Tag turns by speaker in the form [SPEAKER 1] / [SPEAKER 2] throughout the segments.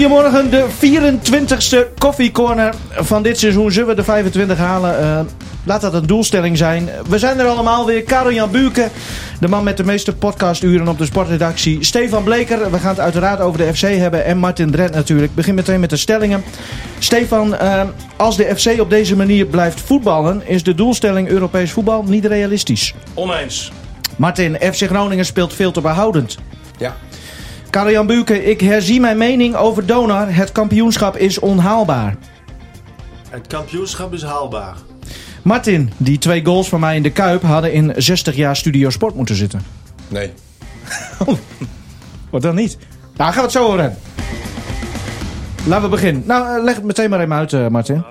[SPEAKER 1] Goedemorgen, de 24e koffiecorner van dit seizoen. Zullen we de 25 halen? Eh, laat dat een doelstelling zijn. We zijn er allemaal weer. Karel-Jan Buurke, de man met de meeste podcasturen op de sportredactie. Stefan Bleker, we gaan het uiteraard over de FC hebben. En Martin Drent natuurlijk. Ik begin meteen met de stellingen. Stefan, eh, als de FC op deze manier blijft voetballen... is de doelstelling Europees voetbal niet realistisch.
[SPEAKER 2] Oneens.
[SPEAKER 1] Martin, FC Groningen speelt veel te behoudend.
[SPEAKER 2] Ja.
[SPEAKER 1] Karel-Jan Buurke, ik herzie mijn mening over Donar. Het kampioenschap is onhaalbaar.
[SPEAKER 2] Het kampioenschap is haalbaar.
[SPEAKER 1] Martin, die twee goals van mij in de Kuip hadden in 60 jaar Studio Sport moeten zitten.
[SPEAKER 3] Nee.
[SPEAKER 1] Wat dan niet? Nou, gaan we het zo over hebben. Laten we beginnen. Nou, eh, leg het meteen maar even uit, eh, Martin.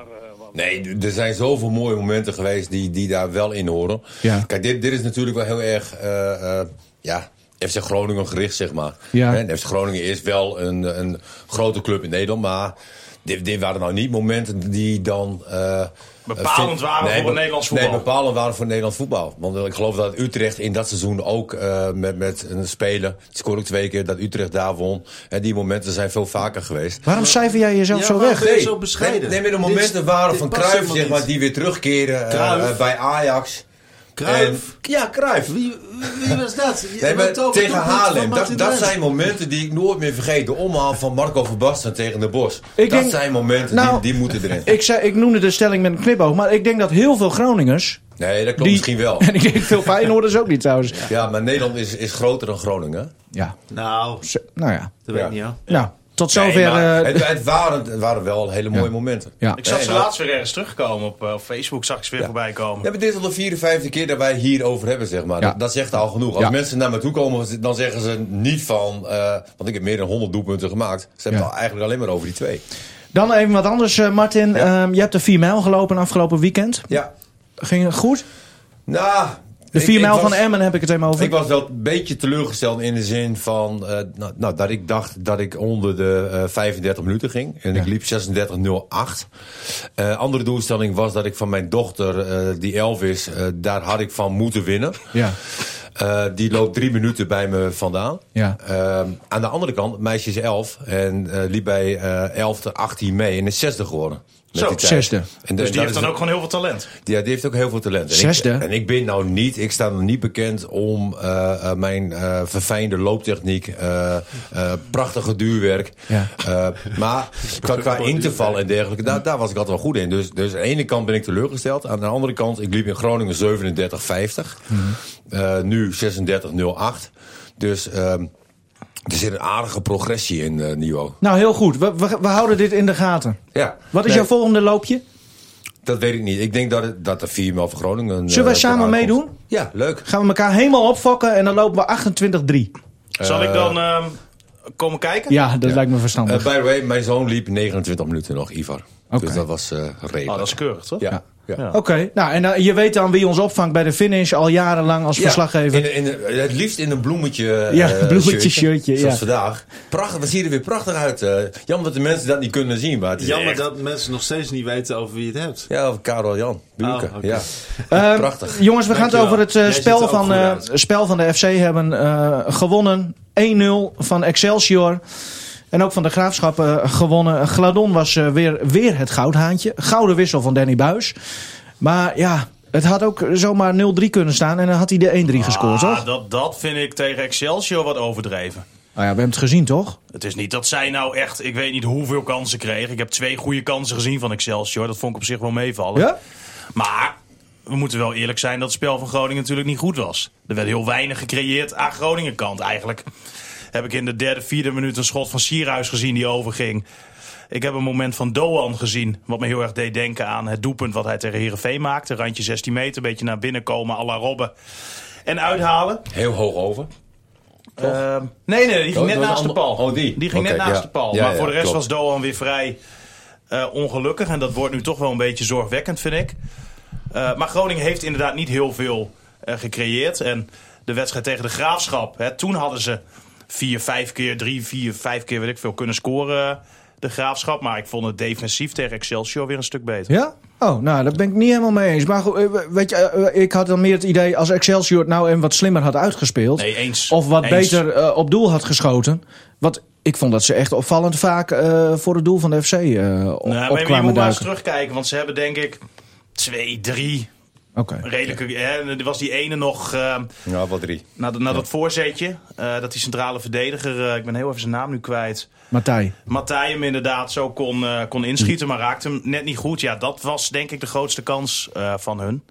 [SPEAKER 3] Nee, d- er zijn zoveel mooie momenten geweest die, die daar wel in horen.
[SPEAKER 1] Ja.
[SPEAKER 3] Kijk, dit, dit is natuurlijk wel heel erg, eh, eh, ja, FC Groningen gericht, zeg maar.
[SPEAKER 1] Ja.
[SPEAKER 3] Hè, en FC Groningen is wel een, een grote club in Nederland, maar dit, dit waren nou niet momenten die dan... eh,
[SPEAKER 2] Bepalend
[SPEAKER 3] vind-
[SPEAKER 2] waren voor
[SPEAKER 3] be-
[SPEAKER 2] het Nederlands voetbal.
[SPEAKER 3] Nee, bepalend waren voor het Nederlands voetbal. Want eh, ik geloof dat Utrecht in dat seizoen ook eh, met, met een speler, die scoorde ook twee keer, dat Utrecht daar won. En die momenten zijn veel vaker geweest.
[SPEAKER 1] Waarom cijfer jij jezelf
[SPEAKER 2] Ja,
[SPEAKER 1] zo
[SPEAKER 2] maar-
[SPEAKER 1] weg?
[SPEAKER 2] Ben je zo bescheiden?
[SPEAKER 3] Nee, nee, maar de
[SPEAKER 2] Dit-
[SPEAKER 3] momenten waren
[SPEAKER 2] dit
[SPEAKER 3] van
[SPEAKER 2] past
[SPEAKER 3] Cruijff,
[SPEAKER 2] helemaal
[SPEAKER 3] zeg maar,
[SPEAKER 2] niet.
[SPEAKER 3] die weer terugkeren eh,
[SPEAKER 2] Cruijff?
[SPEAKER 3] eh, bij Ajax.
[SPEAKER 2] Cruijff?
[SPEAKER 3] En- ja, Cruijff.
[SPEAKER 2] Wie, wie was dat?
[SPEAKER 3] Nee, maar tegen Haarlem. Dat, dat zijn
[SPEAKER 2] zijn
[SPEAKER 3] momenten die ik nooit meer vergeet. De omhaal van Marco Verbasten tegen de Bos.
[SPEAKER 1] Ik
[SPEAKER 3] dat
[SPEAKER 1] denk-
[SPEAKER 3] zijn momenten
[SPEAKER 1] Nou,
[SPEAKER 3] die, die moeten erin.
[SPEAKER 1] Ik, zei, ik noemde de stelling met een knipoog, maar ik denk dat heel veel Groningers...
[SPEAKER 3] nee, dat klopt
[SPEAKER 1] die-
[SPEAKER 3] misschien wel.
[SPEAKER 1] En ik denk veel Feyenoorders ook niet trouwens.
[SPEAKER 3] Ja, maar Nederland is, is groter dan Groningen.
[SPEAKER 1] Ja,
[SPEAKER 2] Nou,
[SPEAKER 1] ze- nou ja.
[SPEAKER 2] dat weet
[SPEAKER 3] Ja.
[SPEAKER 2] ik niet hoor.
[SPEAKER 1] Nou, tot
[SPEAKER 3] Nee,
[SPEAKER 1] zover...
[SPEAKER 3] maar
[SPEAKER 1] eh,
[SPEAKER 3] het, het waren, het waren wel hele mooie momenten.
[SPEAKER 1] ja.
[SPEAKER 2] Ik zag
[SPEAKER 3] Nee,
[SPEAKER 2] ze
[SPEAKER 3] nou-
[SPEAKER 2] laatst weer ergens terugkomen. Op eh, Facebook zag ik ze weer voorbij komen. Dus
[SPEAKER 3] Ja, maar dit is al de vierde, vijfde keer dat wij hierover hebben, zeg maar.
[SPEAKER 1] Ja.
[SPEAKER 3] Dat, dat zegt al genoeg. Als
[SPEAKER 1] Ja.
[SPEAKER 3] mensen naar me toe komen, dan zeggen ze niet van... eh, want ik heb meer dan 100 doelpunten gemaakt. Ze hebben
[SPEAKER 1] Ja.
[SPEAKER 3] het eigenlijk alleen maar over die twee.
[SPEAKER 1] Dan even wat anders, eh, Martin. Ehm, je hebt de 4 mijl gelopen afgelopen weekend.
[SPEAKER 3] Ja.
[SPEAKER 1] Ging het goed?
[SPEAKER 3] Nou...
[SPEAKER 1] De
[SPEAKER 3] ik-
[SPEAKER 1] 4
[SPEAKER 3] ik
[SPEAKER 1] mijl van
[SPEAKER 3] was-
[SPEAKER 1] Emmen heb ik het helemaal over.
[SPEAKER 3] Ik was wel een beetje teleurgesteld in de zin van... eh, nou, nou, dat ik dacht dat ik onder de eh, 35 minuten ging. En ik liep 36,08. Eh andere doelstelling was dat ik van mijn dochter, eh, die 11 is... eh, daar had ik van moeten winnen.
[SPEAKER 1] Ja.
[SPEAKER 3] Eh, die loopt drie minuten bij me vandaan.
[SPEAKER 1] Ja.
[SPEAKER 3] Ehm, aan de andere kant, het meisje is 11 en eh, liep bij eh 11 tot 18 mee en is zesde geworden. met
[SPEAKER 2] Zo,
[SPEAKER 3] die tijd.
[SPEAKER 1] zesde.
[SPEAKER 3] En
[SPEAKER 2] Dus
[SPEAKER 3] dat
[SPEAKER 2] die heeft
[SPEAKER 3] is-
[SPEAKER 2] dan ook gewoon heel veel talent.
[SPEAKER 3] ja, die heeft ook heel veel talent. En
[SPEAKER 1] Zesde?
[SPEAKER 3] Ik, en ik ben nou niet, ik sta nog niet bekend om eh, eh, mijn eh, verfijnde looptechniek, eh, eh, prachtige duurwerk.
[SPEAKER 1] Ja.
[SPEAKER 3] Eh, maar qua, qua interval en dergelijke, daar, daar was ik altijd wel goed in. Dus, dus aan de ene kant ben ik teleurgesteld. Aan de andere kant, ik liep in Groningen 37,50.
[SPEAKER 1] Mhm.
[SPEAKER 3] Eh, nu 36,08. Dus ehm, er zit een aardige progressie in, eh Nio.
[SPEAKER 1] Nou, heel goed. We, we, we houden dit in de gaten.
[SPEAKER 3] Ja.
[SPEAKER 1] Wat is
[SPEAKER 3] Nee,
[SPEAKER 1] jouw volgende loopje?
[SPEAKER 3] Dat weet ik niet. Ik denk dat, het, dat de 4 maal van Groningen... eh,
[SPEAKER 1] Zullen wij
[SPEAKER 3] eraan
[SPEAKER 1] samen
[SPEAKER 3] komt.
[SPEAKER 1] meedoen?
[SPEAKER 3] Ja, leuk.
[SPEAKER 1] Gaan we elkaar helemaal opfokken en dan lopen we 28-3.
[SPEAKER 2] Zal ik dan ehm, komen kijken?
[SPEAKER 1] Ja, dat lijkt me verstandig.
[SPEAKER 3] Eh, by the way, mijn zoon liep 29 minuten nog, Ivar.
[SPEAKER 1] Oké.
[SPEAKER 3] Dus dat was eh redelijk.
[SPEAKER 2] Oh, dat is keurig, toch?
[SPEAKER 3] ja. Ja.
[SPEAKER 2] Ja.
[SPEAKER 1] Oké, nou en dan- je weet dan wie ons opvangt bij de finish al jarenlang als
[SPEAKER 3] Ja,
[SPEAKER 1] verslaggever.
[SPEAKER 3] In, in, het liefst in een bloemetje,
[SPEAKER 1] Ja,
[SPEAKER 3] eh,
[SPEAKER 1] bloemetje shirtje, ja.
[SPEAKER 3] Zoals vandaag. Prachtig, we zien er weer prachtig uit. eh. jammer dat de mensen dat niet kunnen zien. Maar het is
[SPEAKER 4] Jammer
[SPEAKER 3] echt-
[SPEAKER 4] dat mensen nog steeds niet weten over wie het hebt.
[SPEAKER 3] Ja, of Karel Jan, Buurke.
[SPEAKER 4] Oh, oké.
[SPEAKER 3] ja.
[SPEAKER 1] Ehm,
[SPEAKER 3] prachtig.
[SPEAKER 1] Jongens, we gaan het
[SPEAKER 4] Dankjewel.
[SPEAKER 1] over het eh,
[SPEAKER 4] Jij ziet er
[SPEAKER 1] spel,
[SPEAKER 4] ook
[SPEAKER 1] van,
[SPEAKER 4] goed
[SPEAKER 1] eh,
[SPEAKER 4] uit.
[SPEAKER 1] spel van de FC hebben eh, gewonnen. 1-0 van Excelsior. En ook van de Graafschap eh, gewonnen. Gladon was eh, weer, weer het goudhaantje. Gouden wissel van Danny Buis. Maar ja, het had ook zomaar 0-3 kunnen staan. En dan had hij de 1-3 gescoord, toch?
[SPEAKER 2] Ah, dat, dat vind ik tegen Excelsior wat overdreven.
[SPEAKER 1] Nou ja, we hebben het gezien, toch?
[SPEAKER 2] Het is niet dat zij nou echt, ik weet niet hoeveel kansen kregen. Ik heb twee goede kansen gezien van Excelsior. Dat vond ik op zich wel meevallen.
[SPEAKER 1] Ja?
[SPEAKER 2] Maar we moeten wel eerlijk zijn dat het spel van Groningen natuurlijk niet goed was. Er werd heel weinig gecreëerd aan Groningen kant eigenlijk. Heb ik in de derde, vierde minuut een schot van Sierhuis gezien die overging. Ik heb een moment van Doan gezien, wat me heel erg deed denken aan het doelpunt wat hij tegen Heerenveen maakte. Randje 16 meter, een beetje naar binnen komen, à la Robben. En uithalen.
[SPEAKER 3] Heel hoog over.
[SPEAKER 2] Ehm, nee, nee, die ging
[SPEAKER 3] Oh,
[SPEAKER 2] net
[SPEAKER 3] dat was
[SPEAKER 2] naast de
[SPEAKER 3] een
[SPEAKER 2] paal.
[SPEAKER 3] ander- oh, die.
[SPEAKER 2] ging
[SPEAKER 3] Oké,
[SPEAKER 2] net naast
[SPEAKER 3] ja.
[SPEAKER 2] de paal.
[SPEAKER 3] Ja,
[SPEAKER 2] maar
[SPEAKER 3] ja,
[SPEAKER 2] voor de rest
[SPEAKER 3] klopt.
[SPEAKER 2] was Doan weer vrij eh, ongelukkig. En dat wordt nu toch wel een beetje zorgwekkend, vind ik. Eh, maar Groningen heeft inderdaad niet heel veel eh, gecreëerd. En de wedstrijd tegen de Graafschap. Hè, toen hadden ze vier, vijf keer, drie, vier, vijf keer, weet ik veel, kunnen scoren. eh, de Graafschap. Maar ik vond het defensief tegen Excelsior weer een stuk beter.
[SPEAKER 1] Ja? Oh, nou, daar ben ik niet helemaal mee eens. Maar goed, eh, weet je, eh, ik had dan meer het idee als Excelsior het nou en wat slimmer had uitgespeeld.
[SPEAKER 2] Nee, eens.
[SPEAKER 1] Of wat
[SPEAKER 2] Eens.
[SPEAKER 1] beter eh, op doel had geschoten. Want ik vond dat ze echt opvallend vaak eh, voor het doel van de FC eh op-
[SPEAKER 2] Nou, maar je
[SPEAKER 1] opkwamen
[SPEAKER 2] moet maar eens
[SPEAKER 1] duiken.
[SPEAKER 2] terugkijken, want ze hebben denk ik twee, drie
[SPEAKER 1] Oké.
[SPEAKER 2] redelijke... Hè, eh, en er was die ene nog eh,
[SPEAKER 3] Ja, wel drie.
[SPEAKER 2] na, dat- na dat voorzetje, eh, dat die centrale verdediger, eh, ik ben heel even zijn naam nu kwijt...
[SPEAKER 1] Matthij.
[SPEAKER 2] Matthij hem inderdaad zo kon, eh, kon inschieten, maar raakte hem net niet goed. Ja, dat was denk ik de grootste kans eh, van hun.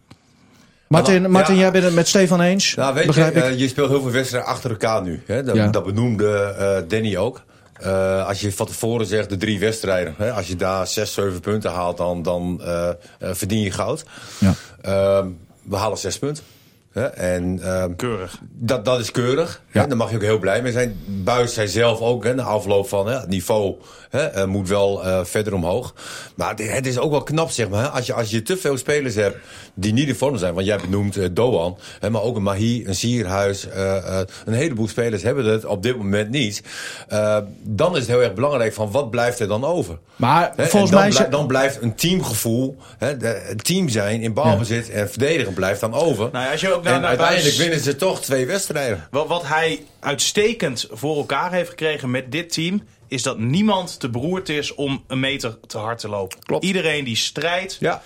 [SPEAKER 1] Martin,
[SPEAKER 3] Ja.
[SPEAKER 1] Martin jij bent het met Stefan eens.
[SPEAKER 3] Nou, weet
[SPEAKER 1] begrijp
[SPEAKER 3] je,
[SPEAKER 1] ik.
[SPEAKER 3] eh, je speelt heel veel wedstrijden achter elkaar nu. Hè? Dat,
[SPEAKER 1] Ja.
[SPEAKER 3] dat benoemde eh, Danny ook. Eh, als je van tevoren zegt de drie wedstrijden, hè, als je daar zes, zeven punten haalt, dan, dan eh, eh, verdien je goud.
[SPEAKER 1] ja.
[SPEAKER 3] Ehm, we halen zes punten. Hè? En ehm,
[SPEAKER 2] Keurig.
[SPEAKER 3] dat, dat is keurig.
[SPEAKER 1] Ja.
[SPEAKER 3] Hè? Daar mag je ook heel blij mee zijn. Buis zei zelf ook, hè, na afloop van hè, het niveau hè, eh, moet wel eh, verder omhoog. Maar het- het is ook wel knap, zeg maar. Hè? Als, je, als je te veel spelers hebt die niet in vorm zijn. Want jij benoemt eh, Doan, hè, maar ook een Mahi, een Sierhuis. eh, eh, een heleboel spelers hebben het op dit moment niet. Eh, dan is het heel erg belangrijk van wat blijft er dan over.
[SPEAKER 1] Maar
[SPEAKER 3] Hè, en
[SPEAKER 1] volgens
[SPEAKER 3] dan,
[SPEAKER 1] mij...
[SPEAKER 3] blij-
[SPEAKER 1] zijn-
[SPEAKER 3] dan blijft een teamgevoel, hè, de- het team zijn in balbezit en verdedigen blijft dan over.
[SPEAKER 2] Nou ja, als je ook naar-
[SPEAKER 3] en
[SPEAKER 2] naar
[SPEAKER 3] uiteindelijk
[SPEAKER 2] Buijs-
[SPEAKER 3] winnen ze toch twee wedstrijden.
[SPEAKER 2] Wat, wat hij uitstekend voor elkaar heeft gekregen met dit team... is dat niemand te beroerd is om een meter te hard te lopen.
[SPEAKER 3] Klopt.
[SPEAKER 2] Iedereen die strijdt
[SPEAKER 3] Ja.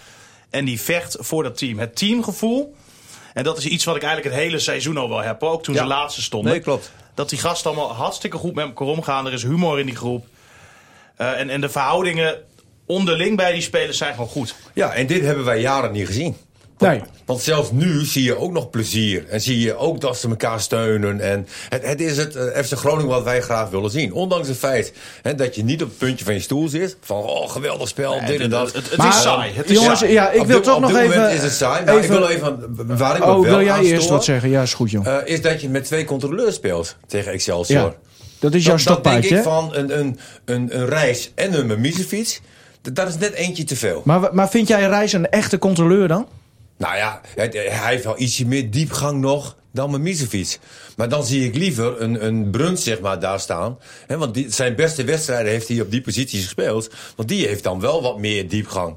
[SPEAKER 2] en die vecht voor dat team. Het teamgevoel, en dat is iets wat ik eigenlijk het hele seizoen al wel heb... ook toen
[SPEAKER 3] Ja.
[SPEAKER 2] ze laatste stonden.
[SPEAKER 3] Nee, klopt.
[SPEAKER 2] Dat die gasten allemaal hartstikke goed met elkaar omgaan. Er is humor in die groep. Eh, en, en de verhoudingen onderling bij die spelers zijn gewoon goed.
[SPEAKER 3] Ja, en dit hebben wij jaren niet gezien.
[SPEAKER 1] Nee.
[SPEAKER 3] Want zelfs nu zie je ook nog plezier. En zie je ook dat ze elkaar steunen. En het, het is het eh, FC Groningen wat wij graag willen zien. Ondanks het feit hè, dat je niet op het puntje van je stoel zit. Van, oh, geweldig spel, dit en dat.
[SPEAKER 2] Het, het,
[SPEAKER 1] Maar,
[SPEAKER 2] is saai. Het is
[SPEAKER 1] jongens,
[SPEAKER 2] saai.
[SPEAKER 1] ja, ik
[SPEAKER 3] Op
[SPEAKER 1] wil
[SPEAKER 3] dit-
[SPEAKER 1] toch
[SPEAKER 3] op
[SPEAKER 1] nog
[SPEAKER 3] dit moment
[SPEAKER 1] even...
[SPEAKER 3] is het saai. Maar
[SPEAKER 1] even-
[SPEAKER 3] ik wil even... Waar ik me
[SPEAKER 1] oh,
[SPEAKER 3] wel
[SPEAKER 1] wil jij
[SPEAKER 3] aan
[SPEAKER 1] eerst
[SPEAKER 3] stoor,
[SPEAKER 1] wat zeggen? Ja, is goed, jong.
[SPEAKER 3] Eh, is dat je met twee controleurs speelt tegen Excelsior.
[SPEAKER 1] ja. Dat is jouw
[SPEAKER 3] dat, dat denk
[SPEAKER 1] stokpaardje.
[SPEAKER 3] ik
[SPEAKER 1] hè?
[SPEAKER 3] van een, een, een, een reis en een mimisefiets. Dat is net eentje te veel.
[SPEAKER 1] Maar, wa- maar vind jij Reis een echte controleur dan?
[SPEAKER 3] Nou ja, het- hij heeft wel ietsje meer diepgang nog dan Mimicevic. Maar dan zie ik liever een, een Bruns zeg maar, daar staan. Hè, want die, zijn beste wedstrijden heeft hij op die positie gespeeld. Want die heeft dan wel wat meer diepgang.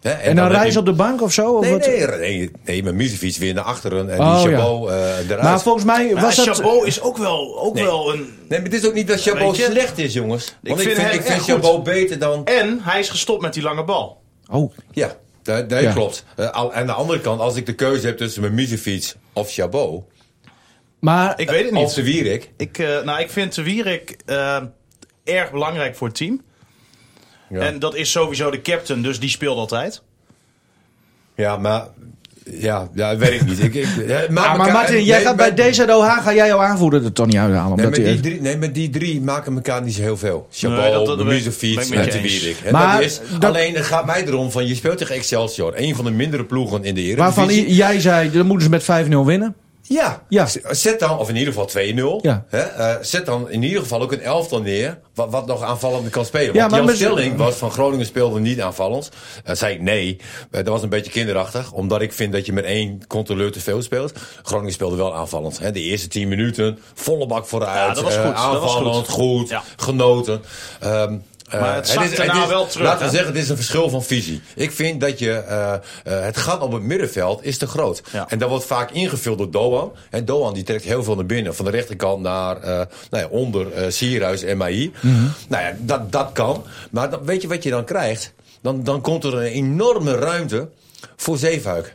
[SPEAKER 3] Hè,
[SPEAKER 1] En dan,
[SPEAKER 3] heb
[SPEAKER 1] Reis
[SPEAKER 3] je-
[SPEAKER 1] op de bank of zo? Of
[SPEAKER 3] Nee,
[SPEAKER 1] wat?
[SPEAKER 3] nee, nee, nee, Mimicevic weer naar achteren en
[SPEAKER 1] Oh,
[SPEAKER 3] die
[SPEAKER 1] ja.
[SPEAKER 3] Chabot eh, eruit.
[SPEAKER 1] Maar volgens mij
[SPEAKER 2] Maar
[SPEAKER 1] was dat...
[SPEAKER 2] Chabot is ook wel, ook
[SPEAKER 3] Nee.
[SPEAKER 2] wel een...
[SPEAKER 3] Nee, maar het is ook niet dat Chabot
[SPEAKER 2] Weet je?
[SPEAKER 3] slecht is, jongens. Want ik
[SPEAKER 2] vind
[SPEAKER 3] vind, ik
[SPEAKER 2] hem
[SPEAKER 3] vind,
[SPEAKER 2] echt goed.
[SPEAKER 3] Chabot beter dan...
[SPEAKER 2] En hij is gestopt met die lange bal.
[SPEAKER 1] Oh,
[SPEAKER 3] Ja, dat, dat
[SPEAKER 1] Ja.
[SPEAKER 3] klopt. Eh, al- aan de andere kant, als ik de keuze heb tussen Mimicevic of Chabot...
[SPEAKER 1] maar...
[SPEAKER 2] Ik weet het
[SPEAKER 3] of
[SPEAKER 2] niet.
[SPEAKER 3] de Wierik...
[SPEAKER 2] Ik, eh, nou, ik vind de Wierik eh, erg belangrijk voor het team.
[SPEAKER 3] Ja.
[SPEAKER 2] En dat is sowieso de captain, dus die speelt altijd.
[SPEAKER 3] Ja, maar. Ja, ja weet ik niet. Ik, ik, ja, maak
[SPEAKER 1] Ah, maar
[SPEAKER 3] elkaar-
[SPEAKER 1] Martin,
[SPEAKER 3] nee,
[SPEAKER 1] jij gaat bij
[SPEAKER 3] maar-
[SPEAKER 1] DZOH, ga jij jouw aanvoerder er toch niet uithalen?
[SPEAKER 3] Nee
[SPEAKER 1] Omdat
[SPEAKER 3] maar,
[SPEAKER 1] hij-
[SPEAKER 3] die drie, nee, maar die drie maken elkaar niet zo heel veel.
[SPEAKER 2] Nee, dat- dat
[SPEAKER 3] Chabot, de
[SPEAKER 2] ben ik- ben
[SPEAKER 3] Muzefiets
[SPEAKER 2] ik met
[SPEAKER 3] en
[SPEAKER 2] je
[SPEAKER 3] de
[SPEAKER 2] eens.
[SPEAKER 3] Wierik. En
[SPEAKER 1] Maar
[SPEAKER 3] dat is,
[SPEAKER 1] dat-
[SPEAKER 3] alleen het gaat mij erom van je speelt tegen Excelsior. Een van de mindere ploegen in de Eredivisie.
[SPEAKER 1] Waarvan i- jij zei, dan moeten ze met 5-0 winnen.
[SPEAKER 3] Ja,
[SPEAKER 1] Ja.
[SPEAKER 3] Z- zet dan, of in ieder geval 2-0.
[SPEAKER 1] Ja.
[SPEAKER 3] Hè, eh, zet dan in ieder geval ook een elftal neer. Wat, wat nog aanvallend kan spelen.
[SPEAKER 1] Ja,
[SPEAKER 3] Want
[SPEAKER 1] maar
[SPEAKER 3] Jan
[SPEAKER 1] met-
[SPEAKER 3] Stelling was van Groningen speelde niet aanvallend. Eh zei ik nee. Eh, dat was een beetje kinderachtig. Omdat ik vind dat je met één controleur te veel speelt. Groningen speelde wel aanvallend. Hè. De eerste 10 minuten, volle bak vooruit.
[SPEAKER 2] Ja, dat was
[SPEAKER 3] eh,
[SPEAKER 2] goed. Dat was
[SPEAKER 3] aanvallend, goed.
[SPEAKER 2] Ja.
[SPEAKER 3] Genoten. Ehm, eh,
[SPEAKER 2] Maar het zakt
[SPEAKER 3] is-
[SPEAKER 2] daarna
[SPEAKER 3] is-
[SPEAKER 2] wel terug,
[SPEAKER 3] Laten
[SPEAKER 2] hè?
[SPEAKER 3] we zeggen, het is een verschil van visie. Ik vind dat je, eh, eh, het gat op het middenveld is te groot.
[SPEAKER 2] Ja.
[SPEAKER 3] En dat wordt vaak ingevuld door Doan. En Doan die trekt heel veel naar binnen. Van de rechterkant naar eh, nou ja, onder eh Sierhuis en Maï.
[SPEAKER 1] Mhm.
[SPEAKER 3] Nou ja, dat, dat kan. Maar dan, weet je wat je dan krijgt? Dan, dan komt er een enorme ruimte voor Zeefuik.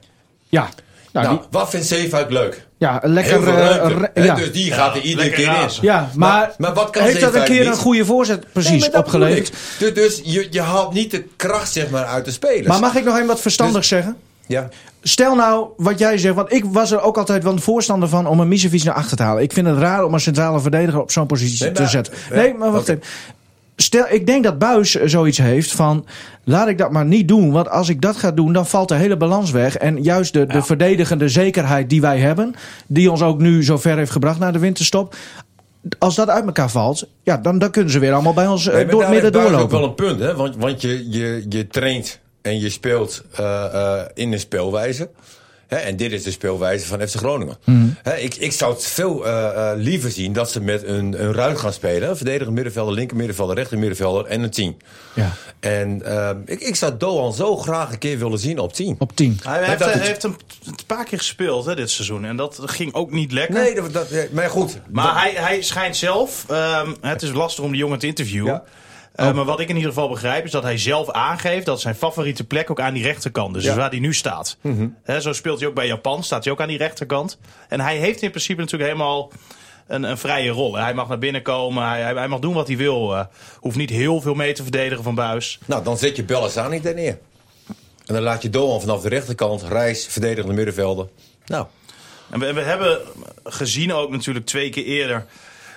[SPEAKER 1] Ja, nou,
[SPEAKER 3] Nou,
[SPEAKER 1] die-
[SPEAKER 3] wat vindt Zeefuik leuk?
[SPEAKER 1] ja een lekker...
[SPEAKER 3] Heel veel
[SPEAKER 1] eh,
[SPEAKER 3] ruimte.
[SPEAKER 1] re-
[SPEAKER 3] hè?
[SPEAKER 1] ja.
[SPEAKER 3] Dus die gaat
[SPEAKER 2] Ja,
[SPEAKER 3] er iedere
[SPEAKER 2] lekker
[SPEAKER 3] keer in.
[SPEAKER 2] razen.
[SPEAKER 1] ja, maar,
[SPEAKER 3] maar wat kan
[SPEAKER 1] heeft dat een
[SPEAKER 3] Zeefuik
[SPEAKER 1] keer
[SPEAKER 3] niet?
[SPEAKER 1] een goede voorzet precies
[SPEAKER 3] Nee, maar dat bedoel
[SPEAKER 1] opgeleverd?
[SPEAKER 3] ik. Dus, dus je, je haalt niet de kracht zeg maar, uit de spelers.
[SPEAKER 1] Maar eh, mag ik nog even wat verstandig
[SPEAKER 3] Dus-
[SPEAKER 1] zeggen?
[SPEAKER 3] ja.
[SPEAKER 1] Stel nou wat jij zegt, want ik was er ook altijd wel een voorstander van om een Misevic naar achter te halen. Ik vind het raar om een centrale verdediger op zo'n positie
[SPEAKER 3] Nee,
[SPEAKER 1] te
[SPEAKER 3] maar-
[SPEAKER 1] zetten.
[SPEAKER 3] ja,
[SPEAKER 1] nee, maar wacht
[SPEAKER 3] oké.
[SPEAKER 1] even. Stel, ik denk dat Buis eh, zoiets heeft van. Laat ik dat maar niet doen. Want als ik dat ga doen, dan valt de hele balans weg. En juist de,
[SPEAKER 3] Nou.
[SPEAKER 1] de verdedigende zekerheid die wij hebben. Die ons ook nu zo ver heeft gebracht naar de winterstop. Als dat uit elkaar valt, ja, dan, dan kunnen ze weer allemaal bij ons eh,
[SPEAKER 3] Nee, maar
[SPEAKER 1] door het
[SPEAKER 3] daar
[SPEAKER 1] midden
[SPEAKER 3] heeft Buijs ook
[SPEAKER 1] doorlopen.
[SPEAKER 3] wel een punt, hè? Want, want je, je, je traint en je speelt eh, eh, in een speelwijze. Hè, en dit is de speelwijze van FC Groningen.
[SPEAKER 1] Hmm.
[SPEAKER 3] Hè, ik, ik zou het veel eh, eh, liever zien dat ze met een, een ruit gaan spelen. Een verdedigend middenvelder, linker middenvelder, rechter middenvelder en een 10.
[SPEAKER 1] Ja.
[SPEAKER 3] En ehm, ik, ik zou Doan zo graag een keer willen zien op 10.
[SPEAKER 1] Op 10.
[SPEAKER 2] Hij heeft,
[SPEAKER 3] dat
[SPEAKER 2] hij
[SPEAKER 3] is-
[SPEAKER 2] heeft hem een paar keer gespeeld hè, dit seizoen. En dat ging ook niet lekker.
[SPEAKER 3] Nee, dat, dat, eh, maar goed.
[SPEAKER 2] Maar hij, hij schijnt zelf, ehm, het is lastig om de jongen te interviewen.
[SPEAKER 3] Ja. Oh.
[SPEAKER 2] Eh, maar wat ik in ieder geval begrijp is dat hij zelf aangeeft dat zijn favoriete plek ook aan die rechterkant is. Dus
[SPEAKER 3] Ja. Mhm.
[SPEAKER 2] waar hij nu staat. Hè, zo speelt hij ook bij Japan, staat hij ook aan die rechterkant. En hij heeft in principe natuurlijk helemaal een, een vrije rol. Hij mag naar binnen komen, hij, hij- hij mag doen wat hij wil. eh, hoeft niet heel veel mee te verdedigen van buis.
[SPEAKER 3] Nou, dan zet je Bellazzani daar neer. En dan laat je Doan vanaf de rechterkant, Reis, verdedigende middenvelder. Nou,
[SPEAKER 2] En we, we hebben gezien ook natuurlijk twee keer eerder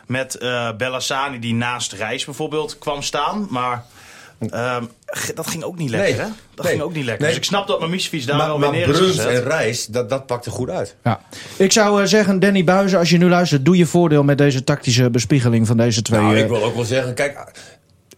[SPEAKER 2] met eh Bellassani die naast Reis bijvoorbeeld kwam staan. Maar ehm, g- dat ging ook niet lekker,
[SPEAKER 3] Nee.
[SPEAKER 2] hè? Dat
[SPEAKER 3] Nee.
[SPEAKER 2] ging ook niet lekker.
[SPEAKER 3] Nee.
[SPEAKER 2] Dus ik snap dat Mamicevic daar
[SPEAKER 3] maar,
[SPEAKER 2] wel weer
[SPEAKER 3] maar
[SPEAKER 2] neer is
[SPEAKER 3] Bruns
[SPEAKER 2] gezet.
[SPEAKER 3] en Reis, dat, dat pakt er goed uit.
[SPEAKER 1] Ja. Ik zou eh, zeggen, Danny Buizen, als je nu luistert, doe je voordeel met deze tactische bespiegeling van deze twee.
[SPEAKER 3] Nou,
[SPEAKER 1] eh,
[SPEAKER 3] ik wil ook wel zeggen, kijk,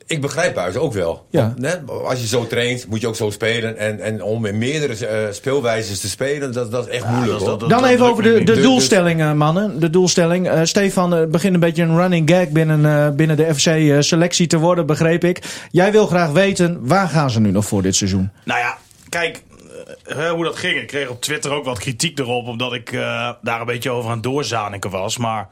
[SPEAKER 3] ik begrijp buiten ook wel.
[SPEAKER 1] Ja.
[SPEAKER 3] Want, hè, als je zo traint, moet je ook zo spelen. En, en om in meerdere eh, speelwijzes te spelen, dat, dat is echt moeilijk.
[SPEAKER 2] dat-
[SPEAKER 3] hoor.
[SPEAKER 2] dat-
[SPEAKER 1] Dan even
[SPEAKER 2] lukt
[SPEAKER 1] over
[SPEAKER 2] me
[SPEAKER 1] de,
[SPEAKER 2] niet.
[SPEAKER 1] de
[SPEAKER 3] Dus-
[SPEAKER 1] doelstelling, eh, mannen. De doelstelling. Eh, Stefan eh, begint een beetje een running gag binnen, eh, binnen de FC-selectie te worden, begreep ik. Jij wil graag weten, waar gaan ze nu nog voor dit seizoen?
[SPEAKER 2] Nou ja, kijk eh, hè, hoe dat ging. Ik kreeg op Twitter ook wat kritiek erop, omdat ik eh, daar een beetje over aan het doorzaniken was. Maar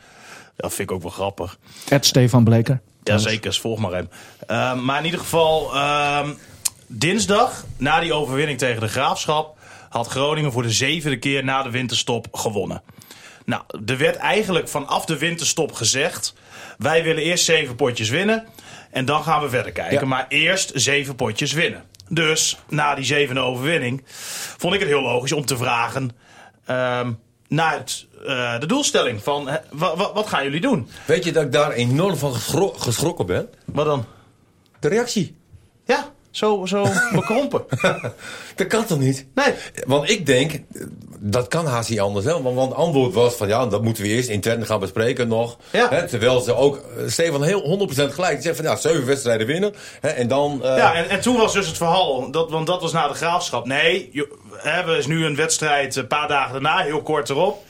[SPEAKER 2] dat vind ik ook wel grappig.
[SPEAKER 1] Ed Stefan Bleker.
[SPEAKER 2] Jazeker, volg maar hem. Ehm, maar in ieder geval, ehm, dinsdag, na die overwinning tegen de Graafschap, had Groningen voor de zevende keer na de winterstop gewonnen. Nou, er werd eigenlijk vanaf de winterstop gezegd: wij willen eerst zeven potjes winnen en dan gaan we verder kijken.
[SPEAKER 3] Ja.
[SPEAKER 2] Maar eerst zeven potjes winnen. Dus na die zevende overwinning vond ik het heel logisch om te vragen ehm, naar het, eh, de doelstelling van hè, wa- wa- wat gaan jullie doen?
[SPEAKER 3] Weet je dat ik daar enorm van geschro- geschrokken ben?
[SPEAKER 2] Wat dan?
[SPEAKER 3] De reactie.
[SPEAKER 2] Ja, zo, zo bekrompen.
[SPEAKER 3] Dat kan toch niet?
[SPEAKER 2] Nee.
[SPEAKER 3] Want ik denk, eh, dat kan haast niet anders. Hè? Want, want het antwoord was van ja, dat moeten we eerst intern gaan bespreken nog.
[SPEAKER 2] Ja.
[SPEAKER 3] Hè, terwijl ze ook, eh, Stefan heel 100% gelijk. Die zegt van ja, zeven wedstrijden winnen. Hè, en dan... eh,
[SPEAKER 2] Ja, en, en toen was dus het verhaal, dat, want dat was na de graafschap. Nee, jo- we hebben is nu een wedstrijd een paar dagen daarna, heel kort erop.